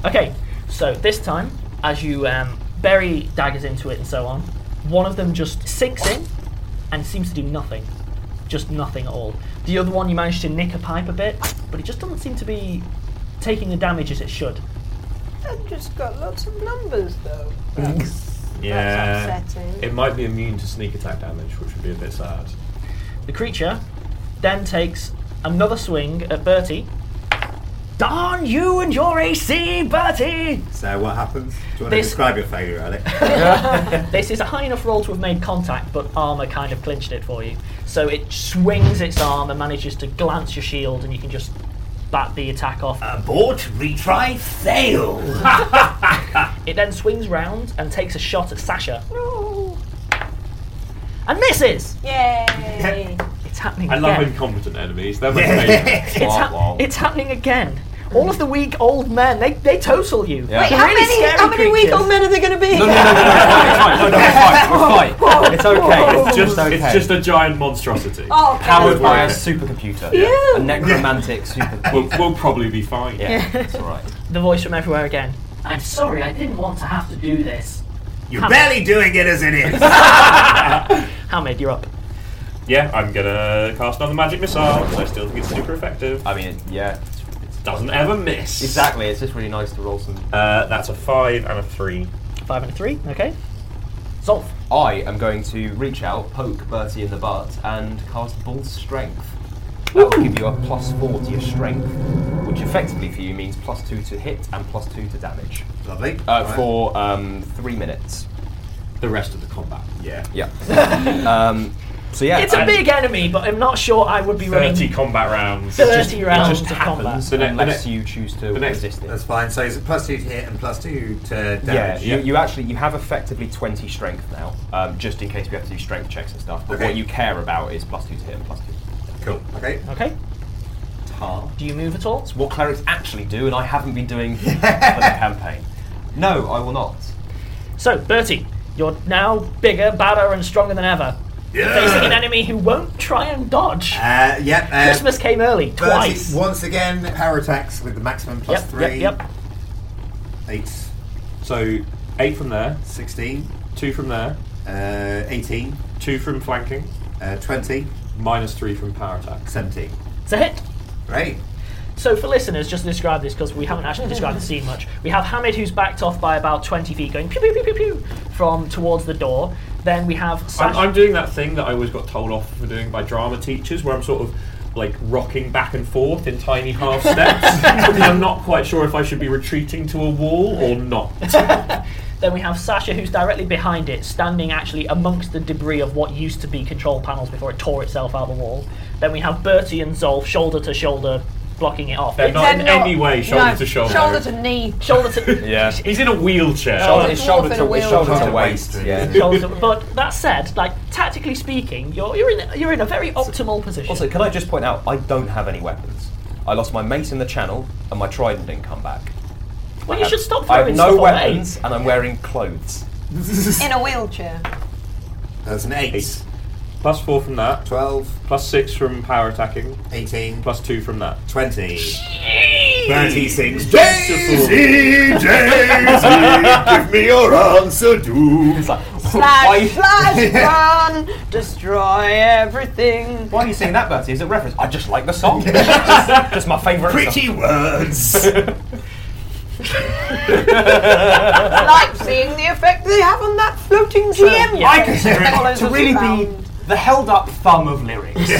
[SPEAKER 2] okay. So this time, as you um, bury daggers into it and so on, one of them just sinks in and seems to do nothing. Just nothing at all. The other one you managed to nick a pipe a bit, but it just doesn't seem to be taking the damage as it should.
[SPEAKER 4] I've just got lots of numbers though. That's,
[SPEAKER 6] Yeah.
[SPEAKER 4] that's upsetting.
[SPEAKER 6] It might be immune to sneak attack damage, which would be a bit sad.
[SPEAKER 2] The creature then takes another swing at Bertie. Darn you and your AC, Bertie!
[SPEAKER 5] (laughs) So what happens? Do you want
[SPEAKER 2] This-
[SPEAKER 5] to describe your failure, Alex?
[SPEAKER 2] This is a high enough roll to have made contact, but armor kind of clinched it for you. So it swings its arm and manages to glance your shield, and you can just bat the attack off.
[SPEAKER 5] Abort, retry, fail.
[SPEAKER 2] It then swings round and takes a shot at Sasha. And misses!
[SPEAKER 4] Yay!
[SPEAKER 2] It's happening
[SPEAKER 6] I
[SPEAKER 2] again.
[SPEAKER 6] love incompetent enemies. They're my favourite.
[SPEAKER 2] It's, hap-
[SPEAKER 3] Wow, wow.
[SPEAKER 2] it's happening again. All of the weak old men, they, they total you.
[SPEAKER 3] Yeah. Wait,
[SPEAKER 2] They're
[SPEAKER 4] how
[SPEAKER 2] really
[SPEAKER 4] many,
[SPEAKER 2] scary
[SPEAKER 4] how many weak
[SPEAKER 2] creatures.
[SPEAKER 4] old men are there going to be?
[SPEAKER 3] No, no, no, no, no, no, no, no, we're fine, we're fine, we're fine. It's okay, (laughs) it's just okay.
[SPEAKER 6] It's just a giant monstrosity.
[SPEAKER 4] Oh, okay.
[SPEAKER 3] powered by a
[SPEAKER 6] Yeah.
[SPEAKER 3] supercomputer.
[SPEAKER 4] Yeah.
[SPEAKER 3] A necromantic supercomputer.
[SPEAKER 6] We'll, we'll probably be fine.
[SPEAKER 3] yeah, it's alright.
[SPEAKER 2] The voice from everywhere again. I'm sorry, I didn't want to have to do this.
[SPEAKER 5] (laughs) You're barely doing it as
[SPEAKER 2] (laughs)
[SPEAKER 5] it is.
[SPEAKER 2] Hamid, you're up.
[SPEAKER 6] Yeah, I'm gonna cast another magic missile because I still think it's super effective.
[SPEAKER 3] I mean, yeah. it's- it's-
[SPEAKER 6] Doesn't ever miss.
[SPEAKER 3] Exactly, it's just really nice to roll some.
[SPEAKER 6] Uh, that's a five and a three.
[SPEAKER 2] Five and a three, okay. Zolf.
[SPEAKER 3] I am going to reach out, poke Bertie in the butt, and cast Bull Strength. That will give you a plus four to your strength, which effectively for you means plus two to hit and plus two to damage.
[SPEAKER 5] Lovely.
[SPEAKER 3] Uh,
[SPEAKER 5] Right.
[SPEAKER 3] For um, three minutes.
[SPEAKER 6] The rest of the combat.
[SPEAKER 5] yeah.
[SPEAKER 6] (laughs)
[SPEAKER 3] Yeah. um, so yeah.
[SPEAKER 2] It's a
[SPEAKER 3] and-
[SPEAKER 2] big enemy, but I'm not sure I would be
[SPEAKER 6] Thirty
[SPEAKER 2] running
[SPEAKER 6] combat rounds.
[SPEAKER 2] 30 rounds
[SPEAKER 6] just
[SPEAKER 2] of
[SPEAKER 6] happens.
[SPEAKER 2] combat.
[SPEAKER 6] The ne- the
[SPEAKER 3] Unless
[SPEAKER 6] ne-
[SPEAKER 3] you choose to
[SPEAKER 6] the next-
[SPEAKER 3] resist it.
[SPEAKER 5] That's fine. So it's a plus two to hit and plus two to
[SPEAKER 3] Yeah,
[SPEAKER 5] damage.
[SPEAKER 6] yeah.
[SPEAKER 3] You, you actually you have effectively twenty strength now, um, just in case we have to do strength checks and stuff. But
[SPEAKER 5] Okay.
[SPEAKER 3] what you care about is plus two to hit and plus two.
[SPEAKER 5] Cool. Okay.
[SPEAKER 2] Okay.
[SPEAKER 3] Carl.
[SPEAKER 2] Do you move at all?
[SPEAKER 3] What clerics actually do, and I haven't been (laughs) doing for the campaign. No, I will not.
[SPEAKER 2] So, Bertie, you're now bigger, badder, and stronger than ever. Facing an enemy who won't try and dodge.
[SPEAKER 5] Uh, yep. Uh,
[SPEAKER 2] Christmas came early,
[SPEAKER 5] Bertie,
[SPEAKER 2] twice.
[SPEAKER 5] Once again, power attacks with the maximum plus
[SPEAKER 2] yep,
[SPEAKER 5] three.
[SPEAKER 2] yep, yep.
[SPEAKER 5] Eight.
[SPEAKER 6] So eight from there,
[SPEAKER 5] 16.
[SPEAKER 6] two from there,
[SPEAKER 5] Uh, 18.
[SPEAKER 6] two from flanking,
[SPEAKER 5] Uh, 20.
[SPEAKER 6] minus three from power attacks.
[SPEAKER 5] 17.
[SPEAKER 2] It's a hit.
[SPEAKER 5] Right.
[SPEAKER 2] So, for listeners, just to describe this because we haven't actually described the scene much. We have Hamid who's backed off by about 20 feet, going pew pew pew pew pew from towards the door. Then we have Sash.
[SPEAKER 6] I'm, I'm doing that thing that I always got told off for doing by drama teachers, where I'm sort of like rocking back and forth in tiny half steps because I'm not quite sure if I should be retreating to a wall or not.
[SPEAKER 2] Then we have Sasha, who's directly behind it, standing actually amongst the debris of what used to be control panels before it tore itself out the wall. Then we have Bertie and Zolf, shoulder to shoulder, blocking it off.
[SPEAKER 6] They're not in
[SPEAKER 4] They're not-
[SPEAKER 6] any way shoulder
[SPEAKER 4] no,
[SPEAKER 6] to shoulder.
[SPEAKER 4] Shoulder to knee.
[SPEAKER 2] Shoulder
[SPEAKER 6] (laughs)
[SPEAKER 2] to.
[SPEAKER 3] Yeah.
[SPEAKER 6] He's in a wheelchair.
[SPEAKER 4] Shoulder-
[SPEAKER 3] it's
[SPEAKER 4] Dwarf
[SPEAKER 3] shoulder
[SPEAKER 4] in a
[SPEAKER 3] to, it's
[SPEAKER 4] wheel.
[SPEAKER 3] shoulder to
[SPEAKER 5] Shoulder
[SPEAKER 3] waist.
[SPEAKER 5] waist,
[SPEAKER 3] Yeah.
[SPEAKER 5] yeah.
[SPEAKER 2] shoulder
[SPEAKER 3] (laughs)
[SPEAKER 2] to- but that said, like tactically speaking, you're you're in you're in a very optimal position.
[SPEAKER 3] Also, can I just point out, I don't have any weapons. I lost my mace in the channel, and my trident didn't come back.
[SPEAKER 2] well, you should stop
[SPEAKER 3] I
[SPEAKER 2] throwing
[SPEAKER 3] have
[SPEAKER 2] stuff
[SPEAKER 3] no
[SPEAKER 2] away.
[SPEAKER 3] weapons, and I'm wearing clothes.
[SPEAKER 4] In a wheelchair.
[SPEAKER 5] That's an 8.
[SPEAKER 6] Plus four from that,
[SPEAKER 5] 12.
[SPEAKER 6] plus six from power attacking,
[SPEAKER 5] 18.
[SPEAKER 6] plus two from that.
[SPEAKER 5] 20. 30 sings. Daisy,
[SPEAKER 6] Merciful.
[SPEAKER 3] (laughs)
[SPEAKER 5] Daisy, give me your answer too.
[SPEAKER 4] Slash,
[SPEAKER 3] Why,
[SPEAKER 4] slash,
[SPEAKER 6] (laughs)
[SPEAKER 4] run, destroy everything.
[SPEAKER 3] why are you saying that, Bertie? Is it reference? I just like the song. it's (laughs) just, just my favourite.
[SPEAKER 5] Pretty words.
[SPEAKER 4] I like seeing the effect they have on that floating GM.
[SPEAKER 2] yeah. I
[SPEAKER 5] consider it
[SPEAKER 4] Follows
[SPEAKER 3] to
[SPEAKER 4] us
[SPEAKER 3] really be
[SPEAKER 4] around.
[SPEAKER 3] the held up thumb of lyrics.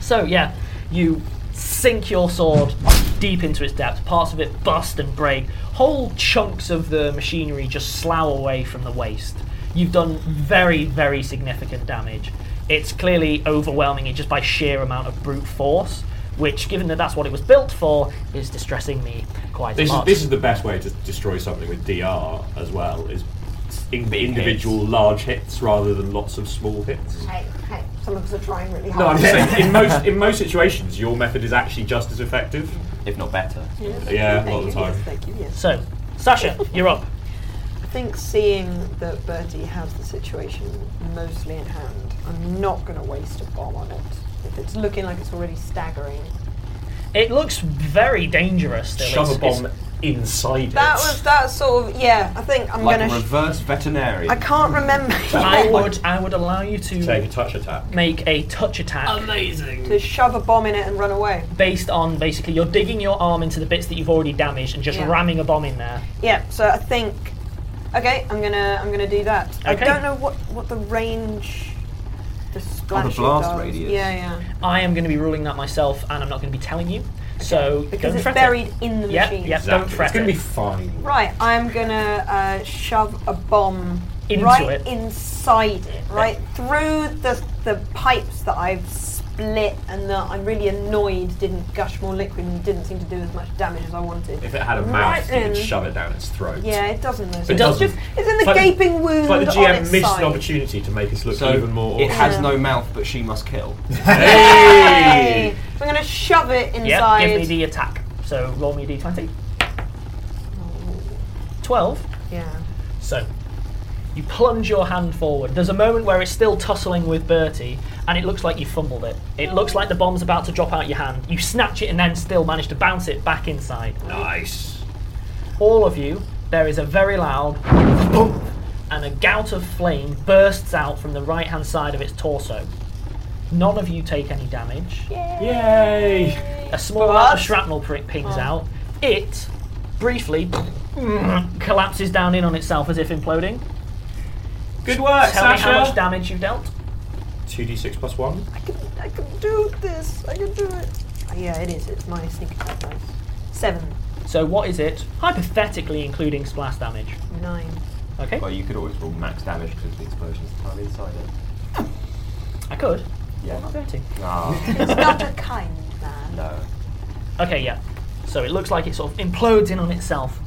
[SPEAKER 2] So yeah, you sink your sword deep into its depths. Parts of it bust and break. Whole chunks of the machinery just slough away from the waist. You've done very, very significant damage. It's clearly overwhelming it just by sheer amount of brute force, which, given that that's what it was built for, is distressing me quite
[SPEAKER 6] This
[SPEAKER 2] a
[SPEAKER 6] is
[SPEAKER 2] lot.
[SPEAKER 6] this is the best way to destroy something with DR as well is in- individual large hits rather than lots of small hits.
[SPEAKER 2] Mm.
[SPEAKER 4] Hey, hey, some of us are trying really
[SPEAKER 6] No, I'm
[SPEAKER 4] hard.
[SPEAKER 6] just
[SPEAKER 2] (laughs)
[SPEAKER 6] saying in most in most situations your method is actually just as effective.
[SPEAKER 3] if not better.
[SPEAKER 6] Yeah, a
[SPEAKER 4] Thank you,
[SPEAKER 6] lot of the time.
[SPEAKER 4] yes, thank you, yes.
[SPEAKER 2] so, Sasha, you're up.
[SPEAKER 4] I think seeing that Bertie has the situation mostly in hand, I'm not going to waste a bomb on it. If it's looking like it's already staggering.
[SPEAKER 2] It looks very dangerous. Still.
[SPEAKER 6] Shove a
[SPEAKER 2] It's- it's-
[SPEAKER 6] bomb inside
[SPEAKER 4] That
[SPEAKER 6] it.
[SPEAKER 4] was that sort of yeah. I think I'm
[SPEAKER 3] Like
[SPEAKER 4] gonna.
[SPEAKER 3] a
[SPEAKER 4] Sh-
[SPEAKER 3] reverse veterinarian.
[SPEAKER 4] I can't remember
[SPEAKER 2] I would, I would allow you
[SPEAKER 6] Take a
[SPEAKER 2] to
[SPEAKER 6] touch attack.
[SPEAKER 2] make a touch attack.
[SPEAKER 4] (laughs) to shove a bomb in it and run away.
[SPEAKER 2] based on basically you're digging your arm into the bits that you've already damaged and just
[SPEAKER 4] Yeah.
[SPEAKER 2] ramming a bomb in there.
[SPEAKER 4] Yeah. So I think. Okay, I'm gonna I'm gonna do that. I
[SPEAKER 2] Okay.
[SPEAKER 4] don't know what what the range. The splash it
[SPEAKER 3] Oh, blast
[SPEAKER 4] does.
[SPEAKER 3] radius.
[SPEAKER 4] Yeah, yeah.
[SPEAKER 2] I am going to be ruling that myself, and I'm not going to be telling you. So
[SPEAKER 4] Because
[SPEAKER 2] don't
[SPEAKER 4] it's
[SPEAKER 2] fret
[SPEAKER 4] buried
[SPEAKER 2] It.
[SPEAKER 4] in the
[SPEAKER 2] Yep,
[SPEAKER 4] machine.
[SPEAKER 2] yep. Don't fret
[SPEAKER 6] It's going
[SPEAKER 2] it.
[SPEAKER 6] to be fine.
[SPEAKER 4] Right, I'm gonna uh, shove a bomb
[SPEAKER 2] Into
[SPEAKER 4] right
[SPEAKER 2] it.
[SPEAKER 4] inside it, right through the the pipes that I've split and that I'm really annoyed didn't gush more liquid and didn't seem to do as much damage as I wanted.
[SPEAKER 6] If it had a
[SPEAKER 4] Right
[SPEAKER 6] mouth,
[SPEAKER 4] then.
[SPEAKER 6] you could shove it down its throat.
[SPEAKER 4] yeah, it doesn't. Though, so
[SPEAKER 6] It
[SPEAKER 4] it's
[SPEAKER 6] doesn't.
[SPEAKER 4] Just, it's in the
[SPEAKER 6] It's like the-
[SPEAKER 4] gaping wound.
[SPEAKER 6] It's like the
[SPEAKER 4] on
[SPEAKER 6] GM
[SPEAKER 4] its
[SPEAKER 6] missed
[SPEAKER 4] side.
[SPEAKER 6] an opportunity to make us look
[SPEAKER 3] so
[SPEAKER 6] even more.
[SPEAKER 3] It has
[SPEAKER 4] Yeah.
[SPEAKER 3] no mouth, but she must kill.
[SPEAKER 4] Hey! I'm gonna shove it
[SPEAKER 2] Yep,
[SPEAKER 4] inside.
[SPEAKER 2] give me the attack. So roll me a d20. Twelve.
[SPEAKER 4] yeah.
[SPEAKER 2] So you plunge your hand forward. There's a moment where it's still tussling with Bertie, and it looks like you fumbled it. It looks like the bomb's about to drop out your hand. You snatch it and then still manage to bounce it back inside.
[SPEAKER 6] nice.
[SPEAKER 2] all of you, there is a very loud boom, and a gout of flame bursts out from the right hand side of its torso. None of you take any damage.
[SPEAKER 6] Yay!
[SPEAKER 2] A small amount of shrapnel pri- pings out. It briefly (clears throat) collapses down in on itself as if imploding.
[SPEAKER 6] Good work,
[SPEAKER 2] Tell me
[SPEAKER 6] Sasha.
[SPEAKER 2] how much damage you've dealt.
[SPEAKER 6] 2d6 plus 1.
[SPEAKER 4] I can, I can do this. I can do it. Oh, yeah, it is. It's my sneak attack dice. Seven,
[SPEAKER 2] So, what is it, hypothetically including splash damage?
[SPEAKER 4] nine.
[SPEAKER 2] Okay,
[SPEAKER 3] well, you could always roll max damage because the explosion's time inside it.
[SPEAKER 2] I could.
[SPEAKER 3] Yeah.
[SPEAKER 2] Bertie.
[SPEAKER 3] (laughs) Ah,
[SPEAKER 4] It's not a kind man.
[SPEAKER 3] no.
[SPEAKER 2] Okay, yeah. So it looks like it sort of implodes in on itself.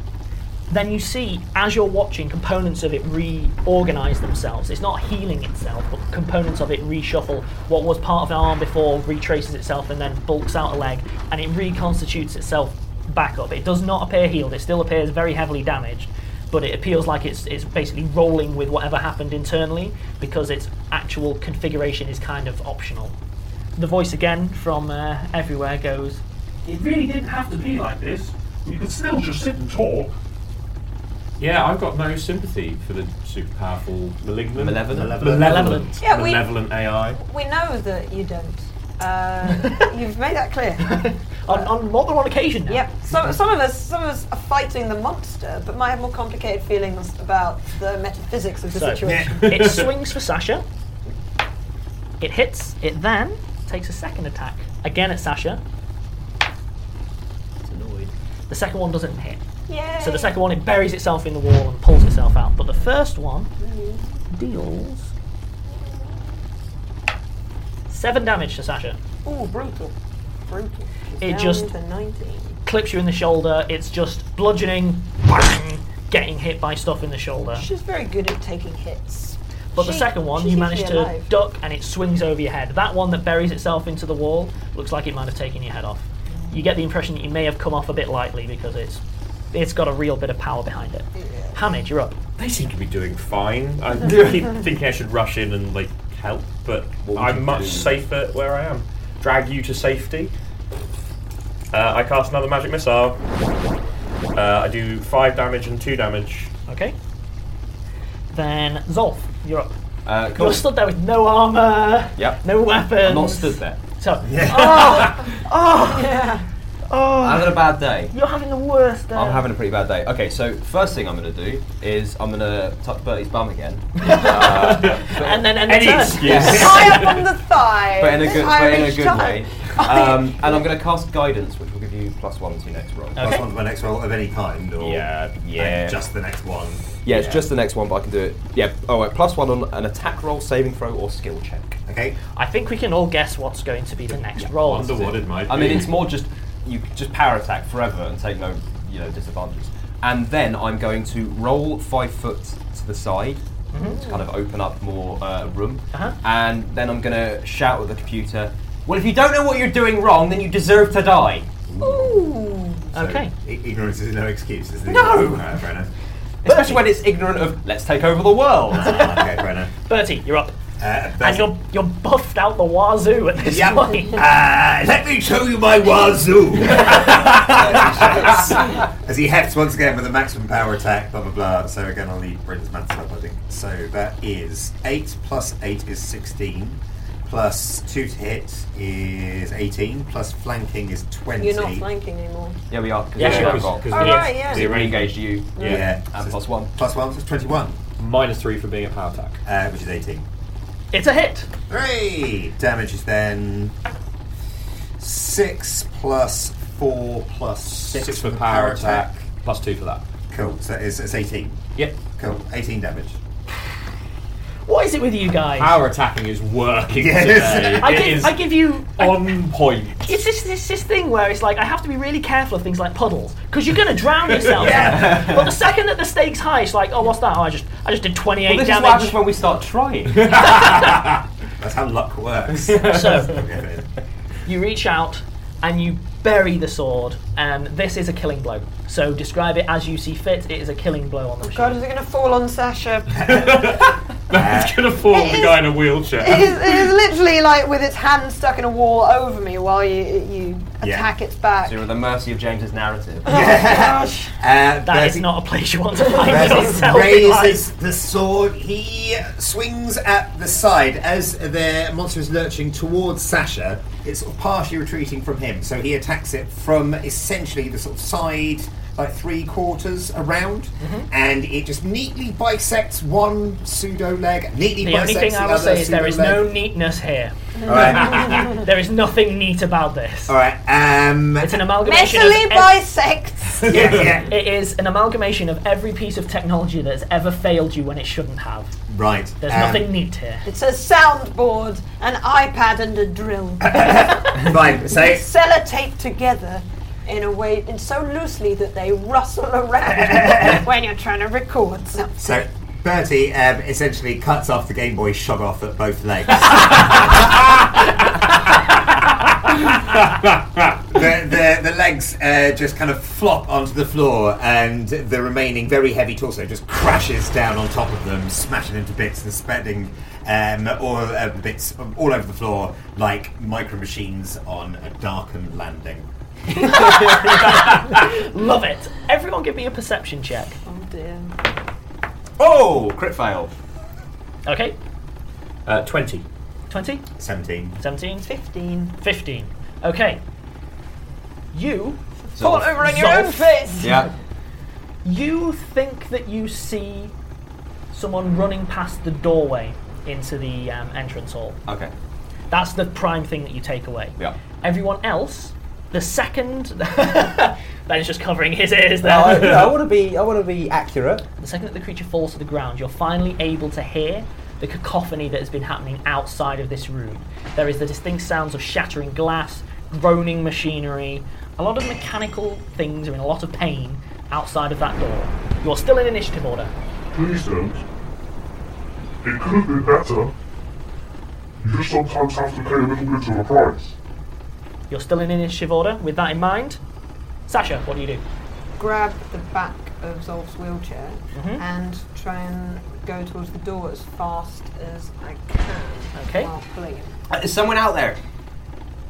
[SPEAKER 2] then you see, as you're watching, components of it reorganize themselves. It's not healing itself, but components of it reshuffle. What was part of an arm before retraces itself and then bulks out a leg, and it reconstitutes itself back up. It does not appear healed, it still appears very heavily damaged, but it appears like it's, it's basically rolling with whatever happened internally because its actual configuration is kind of optional. The voice again from uh, everywhere goes,
[SPEAKER 7] It really didn't have to be like this. You could still just sit and talk.
[SPEAKER 6] Yeah, I've got no sympathy for the super powerful malignant,
[SPEAKER 3] Malevolent.
[SPEAKER 5] Malevolent.
[SPEAKER 6] malevolent,
[SPEAKER 4] Yeah, we-
[SPEAKER 6] malevolent AI.
[SPEAKER 4] We know that you don't.
[SPEAKER 2] (laughs)
[SPEAKER 4] Uh, you've made that clear.
[SPEAKER 2] on, on more than one occasion now.
[SPEAKER 4] Yep. Some, some of us, some of us are fighting the monster, but might have more complicated feelings about the metaphysics of the
[SPEAKER 2] So-
[SPEAKER 4] situation.
[SPEAKER 2] it swings for Sasha. It hits. It then takes a second attack again at Sasha. It's annoyed. The second one doesn't hit.
[SPEAKER 4] Yeah.
[SPEAKER 2] So the second one it buries itself in the wall and pulls itself out. But the first one deals seven damage to Sasha.
[SPEAKER 4] Ooh, brutal. Brutal. She's
[SPEAKER 2] It
[SPEAKER 4] down
[SPEAKER 2] just-
[SPEAKER 4] to 19.
[SPEAKER 2] Clips you in the shoulder. It's just bludgeoning, bang, getting hit by stuff in the shoulder.
[SPEAKER 4] She's very good at taking hits.
[SPEAKER 2] But the
[SPEAKER 4] She-
[SPEAKER 2] second one,
[SPEAKER 4] she's
[SPEAKER 2] you manage
[SPEAKER 4] usually
[SPEAKER 2] to
[SPEAKER 4] alive. (laughs)
[SPEAKER 2] duck and it swings over your head. That one that buries itself into the wall looks like it might have taken your head off. You get the impression that you may have come off a bit lightly because it's it's got a real bit of power behind it. Hamid, you're up.
[SPEAKER 6] They seem to be doing fine.
[SPEAKER 4] (laughs)
[SPEAKER 6] I keep thinking I should rush in and like help, but
[SPEAKER 3] What would you
[SPEAKER 6] I'm much
[SPEAKER 3] do?
[SPEAKER 6] safer where I am. Drag you to safety. Uh, I cast another magic missile. Uh, I do five damage and two damage.
[SPEAKER 2] Okay. Then Zolf, you're up.
[SPEAKER 3] Uh, cool.
[SPEAKER 2] You're stood there with no armor,
[SPEAKER 3] Yep.
[SPEAKER 2] no weapon.
[SPEAKER 3] I'm not stood there.
[SPEAKER 2] So ah,
[SPEAKER 4] (laughs)
[SPEAKER 3] I'm having a bad day.
[SPEAKER 2] Oh. you're having the worst. Uh,
[SPEAKER 3] I'm having a pretty bad day. Okay, so first thing I'm going to do is I'm going to tuck Bertie's bum
[SPEAKER 2] (laughs)
[SPEAKER 3] again. Uh,
[SPEAKER 2] and then end the
[SPEAKER 6] Any
[SPEAKER 2] turn.
[SPEAKER 6] excuse.
[SPEAKER 3] (laughs)
[SPEAKER 4] High up on the thigh.
[SPEAKER 3] but in a good, but in a
[SPEAKER 4] Irish
[SPEAKER 3] good
[SPEAKER 4] tie.
[SPEAKER 3] way. Um, and I'm going to cast guidance, which will give you plus one to your next roll.
[SPEAKER 5] Plus one to my next roll of any kind, or
[SPEAKER 6] yeah,
[SPEAKER 3] yeah.
[SPEAKER 5] just the next one.
[SPEAKER 3] yeah, it's just the next one, but I can do it. Yeah. All right. Plus one on an attack roll, saving throw, or skill check.
[SPEAKER 5] Okay.
[SPEAKER 2] I think we can all guess what's going to be the next roll.
[SPEAKER 6] wonder what it might
[SPEAKER 3] I mean,
[SPEAKER 6] be.
[SPEAKER 3] it's more just you just power attack forever and take no, you know, disadvantages. And then I'm going to roll five foot to the side to kind of open up more uh, room.
[SPEAKER 2] Uh-huh.
[SPEAKER 3] And then I'm going to shout at the computer. Well, if you don't know what you're doing wrong, then you deserve to die.
[SPEAKER 4] Ooh.
[SPEAKER 5] So
[SPEAKER 2] Okay.
[SPEAKER 5] i- ignorance is no excuse. Is
[SPEAKER 3] No!
[SPEAKER 5] Uh,
[SPEAKER 3] (laughs)
[SPEAKER 5] fair enough.
[SPEAKER 3] Especially when it's ignorant of let's take over the world.
[SPEAKER 5] okay, fair enough.
[SPEAKER 2] Bertie, you're up.
[SPEAKER 5] Uh,
[SPEAKER 2] And you're you're buffed out the wazoo at this
[SPEAKER 5] Yep.
[SPEAKER 2] point.
[SPEAKER 5] Uh, let me show you my wazoo. (laughs) As he hefts once again with a maximum power attack, blah blah blah. So again, I'll leave Britain's maths up, I think. So that is eight plus eight is sixteen, plus two to hit is eighteen, plus flanking is twenty.
[SPEAKER 4] You're not flanking anymore.
[SPEAKER 3] yeah, we are. 'cause
[SPEAKER 2] Yeah,
[SPEAKER 3] we
[SPEAKER 2] sure.
[SPEAKER 3] have got-
[SPEAKER 6] Because
[SPEAKER 4] All
[SPEAKER 6] Yeah.
[SPEAKER 4] right. Yeah.
[SPEAKER 3] we re-engaged you.
[SPEAKER 5] Yeah,
[SPEAKER 3] And
[SPEAKER 5] so
[SPEAKER 3] plus one.
[SPEAKER 5] plus one, so it's twenty-one,
[SPEAKER 6] minus three for being a power attack.
[SPEAKER 5] uh, which is eighteen.
[SPEAKER 2] It's a hit.
[SPEAKER 5] Three damage is then six plus four plus six,
[SPEAKER 6] Six for power
[SPEAKER 4] Uh,
[SPEAKER 6] attack. Plus two for that.
[SPEAKER 5] Cool. So that is it's eighteen.
[SPEAKER 6] Yep.
[SPEAKER 5] Cool. Eighteen damage.
[SPEAKER 2] What is it with you guys?
[SPEAKER 6] Power attacking is working
[SPEAKER 5] Yes.
[SPEAKER 6] today.
[SPEAKER 3] (laughs)
[SPEAKER 2] I
[SPEAKER 6] It
[SPEAKER 2] give,
[SPEAKER 6] is
[SPEAKER 2] I give you. I-
[SPEAKER 6] on point.
[SPEAKER 2] it's this, this this thing where it's like I have to be really careful of things like puddles because you're gonna drown
[SPEAKER 3] (laughs)
[SPEAKER 2] yourself. But the second that the stakes high, it's like, oh, what's that? Oh, I just I just did 28
[SPEAKER 3] Well, this is what
[SPEAKER 2] damage.
[SPEAKER 3] happens when we start trying.
[SPEAKER 5] That's how luck
[SPEAKER 2] (laughs)
[SPEAKER 5] works.
[SPEAKER 2] so
[SPEAKER 5] Okay.
[SPEAKER 2] you reach out and you bury the sword, and this is a killing blow. So describe it as you see fit. It is a killing blow
[SPEAKER 3] Oh,
[SPEAKER 2] on the machine.
[SPEAKER 4] God, is it going to fall on
[SPEAKER 3] (laughs)
[SPEAKER 4] Sasha?
[SPEAKER 6] It's gonna fall on the guy in a wheelchair.
[SPEAKER 4] it, is, it is literally like with its hand stuck in a wall over me while you you
[SPEAKER 5] Yeah.
[SPEAKER 4] attack its back. Oh
[SPEAKER 3] You're at the mercy of James's narrative. (laughs)
[SPEAKER 4] Gosh.
[SPEAKER 5] Uh,
[SPEAKER 2] That is
[SPEAKER 5] Bertie-
[SPEAKER 2] not a place you want to find
[SPEAKER 5] Bertie
[SPEAKER 2] yourself. in life.
[SPEAKER 5] raises the sword. He swings at the side as the monster is lurching towards Sasha. It's sort of partially retreating from him, so he attacks it from essentially the sort of side, like three quarters around,
[SPEAKER 2] Mm-hmm.
[SPEAKER 5] and it just neatly bisects one pseudo leg. Neatly
[SPEAKER 2] The only
[SPEAKER 5] bisects
[SPEAKER 2] thing
[SPEAKER 5] the
[SPEAKER 2] I will
[SPEAKER 5] other
[SPEAKER 2] say is there is
[SPEAKER 5] pseudo
[SPEAKER 2] no
[SPEAKER 5] leg.
[SPEAKER 2] neatness here. (laughs)
[SPEAKER 5] All right,
[SPEAKER 2] There is nothing neat about this.
[SPEAKER 5] all right. Um,
[SPEAKER 2] It's an amalgamation. of
[SPEAKER 4] Mentally
[SPEAKER 2] ev-
[SPEAKER 4] bisects.
[SPEAKER 5] yeah, yeah.
[SPEAKER 2] it is an amalgamation of every piece of technology that has ever failed you when it shouldn't have.
[SPEAKER 5] Right.
[SPEAKER 2] There's
[SPEAKER 5] um,
[SPEAKER 2] nothing neat here.
[SPEAKER 4] It's a soundboard,
[SPEAKER 3] (laughs)
[SPEAKER 4] an iPad, and a drill.
[SPEAKER 5] (laughs) Fine. So
[SPEAKER 2] (laughs)
[SPEAKER 4] Sellotape together. in a way, and so loosely that they rustle around (laughs) when you're trying to record something.
[SPEAKER 5] So Bertie um, essentially cuts off the Game Boy shot off at both
[SPEAKER 2] (laughs)
[SPEAKER 5] legs. the, the, the legs uh, just kind of flop onto the floor, and the remaining very heavy torso just crashes down on top of them, smashing into bits and spreading um, all uh, bits all over the floor like micro machines on a darkened landing.
[SPEAKER 2] Love it. Everyone, give me a perception check.
[SPEAKER 4] Oh dear.
[SPEAKER 3] Oh, crit fail.
[SPEAKER 2] Okay,
[SPEAKER 6] Uh, 20.
[SPEAKER 2] 20,
[SPEAKER 5] 17.
[SPEAKER 2] 17,
[SPEAKER 4] 15.
[SPEAKER 2] 15. Okay. You
[SPEAKER 3] Zolf.
[SPEAKER 4] over on your own
[SPEAKER 2] Zolf.
[SPEAKER 4] face!
[SPEAKER 3] Yeah.
[SPEAKER 2] You think that you see someone running past the doorway into the um, entrance hall.
[SPEAKER 5] Uh,
[SPEAKER 3] Okay.
[SPEAKER 2] That's the prime thing that you take away.
[SPEAKER 3] Yeah.
[SPEAKER 2] Everyone else, the second. (laughs) Ben's just covering his ears there.
[SPEAKER 8] I,
[SPEAKER 3] Uh, (laughs)
[SPEAKER 8] I want to be. I want to be accurate.
[SPEAKER 2] The second that the creature falls to the ground, you're finally able to hear the cacophony that has been happening outside of this room. There is the distinct sounds of shattering glass, groaning machinery. A lot of mechanical things are in a lot of pain outside of that door. You're still in initiative order.
[SPEAKER 7] Please don't. It could be better. You just sometimes have to pay a little bit of a price.
[SPEAKER 2] You're still in initiative order. With that in mind, Sasha, what do you do?
[SPEAKER 4] Grab the back of Zolf's wheelchair and try and go towards the door as fast as I can.
[SPEAKER 2] Okay.
[SPEAKER 4] While fleeing.
[SPEAKER 3] Uh, Is someone out there?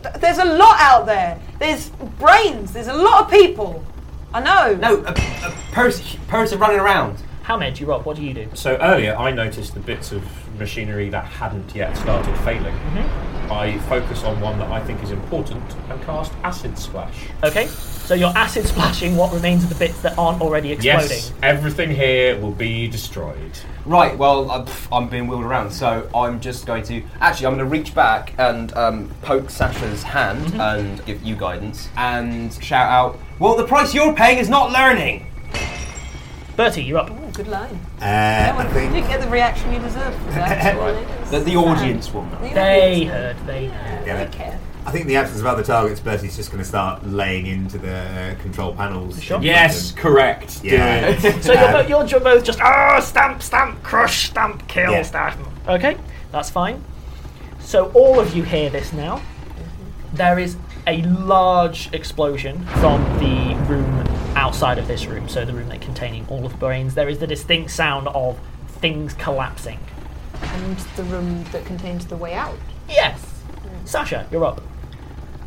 [SPEAKER 4] Th- There's a lot out there. There's brains. There's a lot of people. I know.
[SPEAKER 3] No, a, a person, person running around.
[SPEAKER 2] Hamed, you rob. What do you do?
[SPEAKER 6] So earlier, I noticed the bits of machinery that hadn't yet started failing. I focus on one that I think is important and cast acid splash.
[SPEAKER 2] Okay. So you're acid splashing what remains of the bits that aren't already exploding.
[SPEAKER 6] Yes, everything here will be destroyed.
[SPEAKER 3] Right, well, I'm, I'm being wheeled around, so I'm just going to. Actually, I'm going to reach back and um, poke Sasha's hand and give you guidance and shout out, Well, the price you're paying is not learning!
[SPEAKER 2] Bertie, you're up.
[SPEAKER 4] Oh, good line.
[SPEAKER 5] Uh, I
[SPEAKER 4] you
[SPEAKER 5] think
[SPEAKER 4] didn't get the reaction you deserved
[SPEAKER 3] (laughs)
[SPEAKER 4] for that.
[SPEAKER 3] Right. The, the audience will know.
[SPEAKER 4] The
[SPEAKER 2] They
[SPEAKER 4] audience
[SPEAKER 2] heard. They heard.
[SPEAKER 5] Yeah.
[SPEAKER 4] don't care.
[SPEAKER 5] I think in the absence of other targets, Bertie's just going to start laying into the uh, control panels.
[SPEAKER 2] Sure.
[SPEAKER 5] in
[SPEAKER 6] Yes,
[SPEAKER 5] front
[SPEAKER 6] correct.
[SPEAKER 5] of him. Yeah.
[SPEAKER 6] (laughs)
[SPEAKER 2] So you're,
[SPEAKER 5] Um,
[SPEAKER 2] both, you're ju- both just ah stamp, stamp, crush, stamp, kill,
[SPEAKER 5] Yeah.
[SPEAKER 2] stamp. Okay, that's fine. So all of you hear this now. There is a large explosion from the room outside of this room, so the room that containing all of the brains. There is the distinct sound of things collapsing.
[SPEAKER 4] And the room that contains the way out.
[SPEAKER 2] Yes, Sasha, you're up.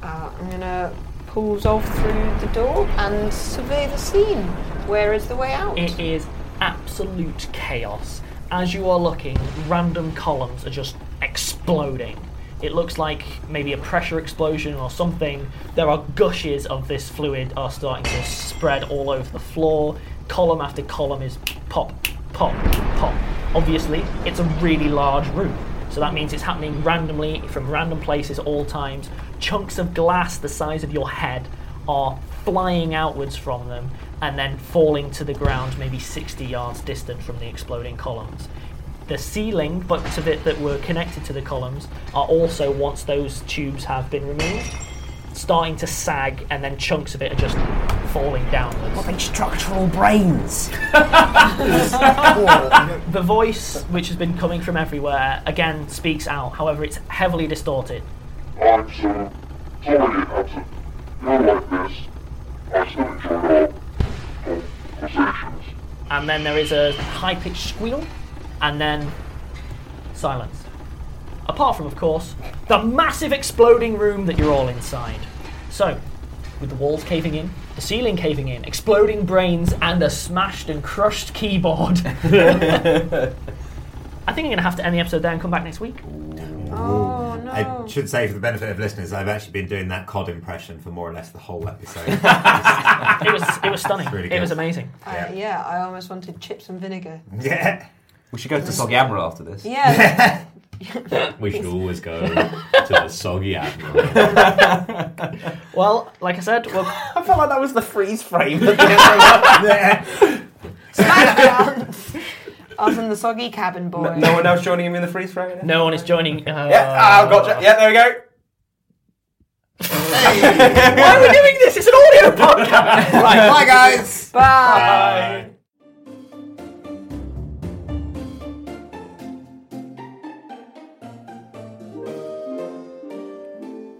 [SPEAKER 4] Uh, I'm gonna pull Zolf through the door and survey the scene. Where is the way out?
[SPEAKER 2] It is absolute chaos. As you are looking, random columns are just exploding. It looks like maybe a pressure explosion or something. There are gushes of this fluid are starting to spread all over the floor. Column after column is pop, pop, pop. Obviously, it's a really large room. So that means it's happening randomly from random places at all times. Chunks of glass the size of your head are flying outwards from them and then falling to the ground maybe 60 yards distant from the exploding columns. The ceiling bits of it that were connected to the columns are also, once those tubes have been removed, starting to sag and then chunks of it are just falling downwards.
[SPEAKER 8] structural brains.
[SPEAKER 2] (laughs) The voice, which has been coming from everywhere, again speaks out, however, it's heavily distorted.
[SPEAKER 7] I'm so sorry it happened. You're like this. I still enjoyed our conversations.
[SPEAKER 2] and then there is a high pitched squeal, and then silence. Apart from, of course, the massive exploding room that you're all inside. So, with the walls caving in, the ceiling caving in, exploding brains, and a smashed and crushed keyboard. (laughs) I think I'm going to have to end the episode there and come back next week.
[SPEAKER 4] oh no.
[SPEAKER 5] I should say, for the benefit of listeners, I've actually been doing that COD impression for more or less the whole episode. (laughs)
[SPEAKER 2] It was it was stunning.
[SPEAKER 5] Really
[SPEAKER 2] it was
[SPEAKER 5] good.
[SPEAKER 2] amazing.
[SPEAKER 4] I- Uh, yeah, I almost wanted chips and
[SPEAKER 3] (laughs)
[SPEAKER 4] vinegar.
[SPEAKER 5] yeah.
[SPEAKER 3] We should go to Sogamra after this.
[SPEAKER 4] Yeah,
[SPEAKER 6] We should always go (laughs) to the soggy admiral.
[SPEAKER 2] Well, like I said, we'll,
[SPEAKER 8] I felt like that was the freeze
[SPEAKER 3] (laughs)
[SPEAKER 8] frame. (laughs)
[SPEAKER 4] us and the soggy cabin boy.
[SPEAKER 3] No one else
[SPEAKER 5] (laughs)
[SPEAKER 3] joining him in the freeze frame?
[SPEAKER 2] no one is joining. Uh,
[SPEAKER 3] Yeah, ah, gotcha. Yeah, there we go.
[SPEAKER 5] Hey!
[SPEAKER 2] Why are we doing this? It's an audio podcast.
[SPEAKER 5] right, bye guys!
[SPEAKER 4] Bye.
[SPEAKER 6] Bye.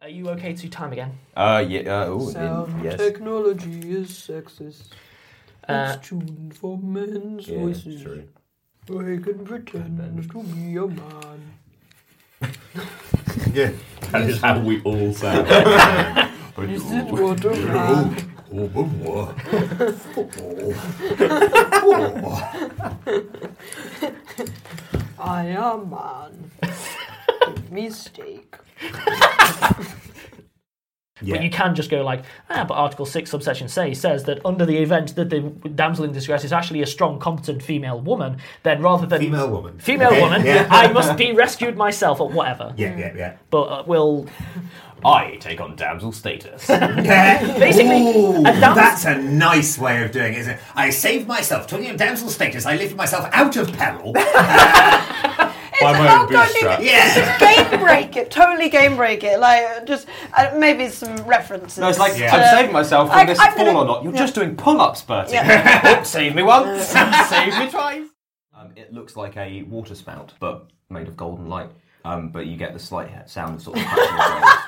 [SPEAKER 2] Are you okay to time again?
[SPEAKER 3] Uh, yeah. Uh, ooh, in- yes.
[SPEAKER 4] Technology is sexist.
[SPEAKER 2] Uh,
[SPEAKER 4] it's tuned for men's
[SPEAKER 3] Yeah,
[SPEAKER 4] voices.
[SPEAKER 3] true.
[SPEAKER 4] I can pretend to be a man.
[SPEAKER 5] Yeah.
[SPEAKER 6] That is how we all sound.
[SPEAKER 5] (laughs)
[SPEAKER 4] Is it what
[SPEAKER 3] (laughs)
[SPEAKER 4] a man? I am man. Mistake.
[SPEAKER 5] Yeah.
[SPEAKER 2] But you can just go like, ah, but Article 6, subsection say says that under the event that the damsel in distress is actually a strong, competent female woman, then rather than
[SPEAKER 5] Female woman.
[SPEAKER 2] female
[SPEAKER 5] Okay,
[SPEAKER 2] woman,
[SPEAKER 5] yeah.
[SPEAKER 2] I must be rescued myself or whatever.
[SPEAKER 5] Yeah, yeah, yeah.
[SPEAKER 2] But uh,
[SPEAKER 5] (laughs)
[SPEAKER 2] we'll
[SPEAKER 3] I take on damsel status.
[SPEAKER 5] Yeah.
[SPEAKER 2] Basically,
[SPEAKER 5] Ooh,
[SPEAKER 2] a damsel-
[SPEAKER 5] that's a nice way of doing it, isn't it? I saved myself. Talking of damsel status, I lifted myself out
[SPEAKER 2] (laughs)
[SPEAKER 5] of peril.
[SPEAKER 6] By my
[SPEAKER 4] How
[SPEAKER 6] own
[SPEAKER 4] can
[SPEAKER 6] bootstrap.
[SPEAKER 4] you
[SPEAKER 5] yeah.
[SPEAKER 4] game break it? Totally game break it. Like just uh, maybe some references.
[SPEAKER 3] No, it's like
[SPEAKER 5] Yeah.
[SPEAKER 3] I'm saving myself from
[SPEAKER 4] I-
[SPEAKER 3] this
[SPEAKER 4] I'm
[SPEAKER 3] fall
[SPEAKER 4] gonna-
[SPEAKER 3] or not. You're just doing pull-ups, Bertie. (laughs) Oops, save me
[SPEAKER 4] (laughs)
[SPEAKER 3] once, save me twice. Um, it looks like a water spout, but made of golden light. Um, but you get the slight he- sound of sort of. crashing as well.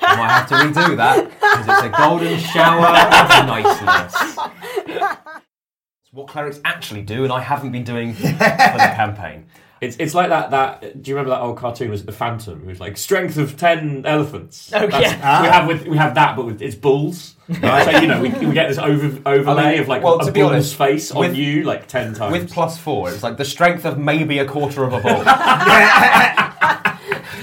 [SPEAKER 3] I might have to redo that because it's a golden shower of niceness. It's what clerics actually do, and I haven't been doing for the
[SPEAKER 5] (laughs)
[SPEAKER 3] campaign.
[SPEAKER 6] It's, it's like that, that. Do you remember that old cartoon? Was it the Phantom? It was like strength of ten elephants. Oh
[SPEAKER 2] yeah.
[SPEAKER 3] Ah.
[SPEAKER 6] We have with we have that, but with it's bulls. So you know we, we get this over, overlay
[SPEAKER 3] I mean,
[SPEAKER 6] of like
[SPEAKER 3] well,
[SPEAKER 6] a
[SPEAKER 3] to be
[SPEAKER 6] bull's
[SPEAKER 3] honest,
[SPEAKER 6] face on
[SPEAKER 3] with-
[SPEAKER 6] you like ten times.
[SPEAKER 3] With plus four, it's like the strength of maybe a quarter of a (laughs) ball.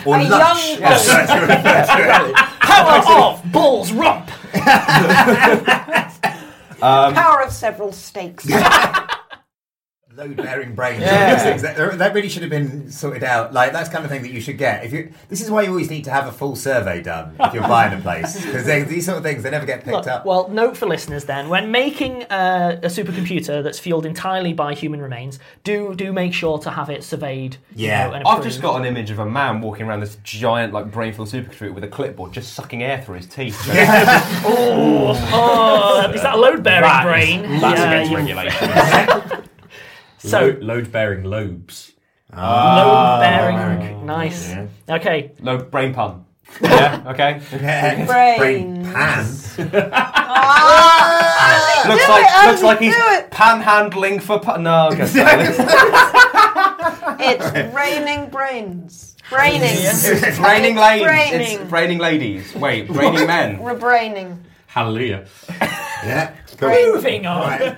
[SPEAKER 5] Or
[SPEAKER 4] a
[SPEAKER 5] lunch. Oh,
[SPEAKER 4] young
[SPEAKER 5] Yes,
[SPEAKER 4] bull.
[SPEAKER 5] that's what I refer to it.
[SPEAKER 2] power off balls rump.
[SPEAKER 4] power of several
[SPEAKER 3] (laughs)
[SPEAKER 4] stakes.
[SPEAKER 5] load bearing brains. That that really should have been sorted out. Like that's kind of thing that you should get. If you, this is why you always need to have a full survey done if you're buying a place because these sort of things they never get picked up.
[SPEAKER 2] Well, note for listeners then: when making uh, a supercomputer that's fueled entirely by human remains, do do make sure to have it surveyed. you
[SPEAKER 5] Yeah.
[SPEAKER 2] know, and
[SPEAKER 3] I've just
[SPEAKER 2] approved.
[SPEAKER 3] got an image of a man walking around this giant, like, brain-filled supercomputer with a clipboard, just sucking air through his teeth.
[SPEAKER 2] Oh, is that a load bearing
[SPEAKER 6] That is-
[SPEAKER 2] brain?
[SPEAKER 6] that's
[SPEAKER 2] Yeah,
[SPEAKER 6] against
[SPEAKER 2] you-
[SPEAKER 6] regulation.
[SPEAKER 2] (laughs) So
[SPEAKER 6] Lo- load bearing lobes.
[SPEAKER 2] load bearing, nice. Okay,
[SPEAKER 3] no, brain pun. (laughs) yeah, okay.
[SPEAKER 5] brain
[SPEAKER 4] Brains.
[SPEAKER 5] pans.
[SPEAKER 3] looks
[SPEAKER 4] Ah! do
[SPEAKER 3] like,
[SPEAKER 4] it, Adam,
[SPEAKER 3] looks like
[SPEAKER 4] do
[SPEAKER 3] he's
[SPEAKER 4] it.
[SPEAKER 3] panhandling for... Pu- no, okay.
[SPEAKER 4] (laughs)
[SPEAKER 3] sorry.
[SPEAKER 4] It's raining brains. Raining.
[SPEAKER 3] it's raining ladies.
[SPEAKER 4] Raining.
[SPEAKER 3] It's raining ladies. Wait, raining men.
[SPEAKER 4] Rebraining.
[SPEAKER 6] Hallelujah.
[SPEAKER 5] Yeah,
[SPEAKER 2] moving on.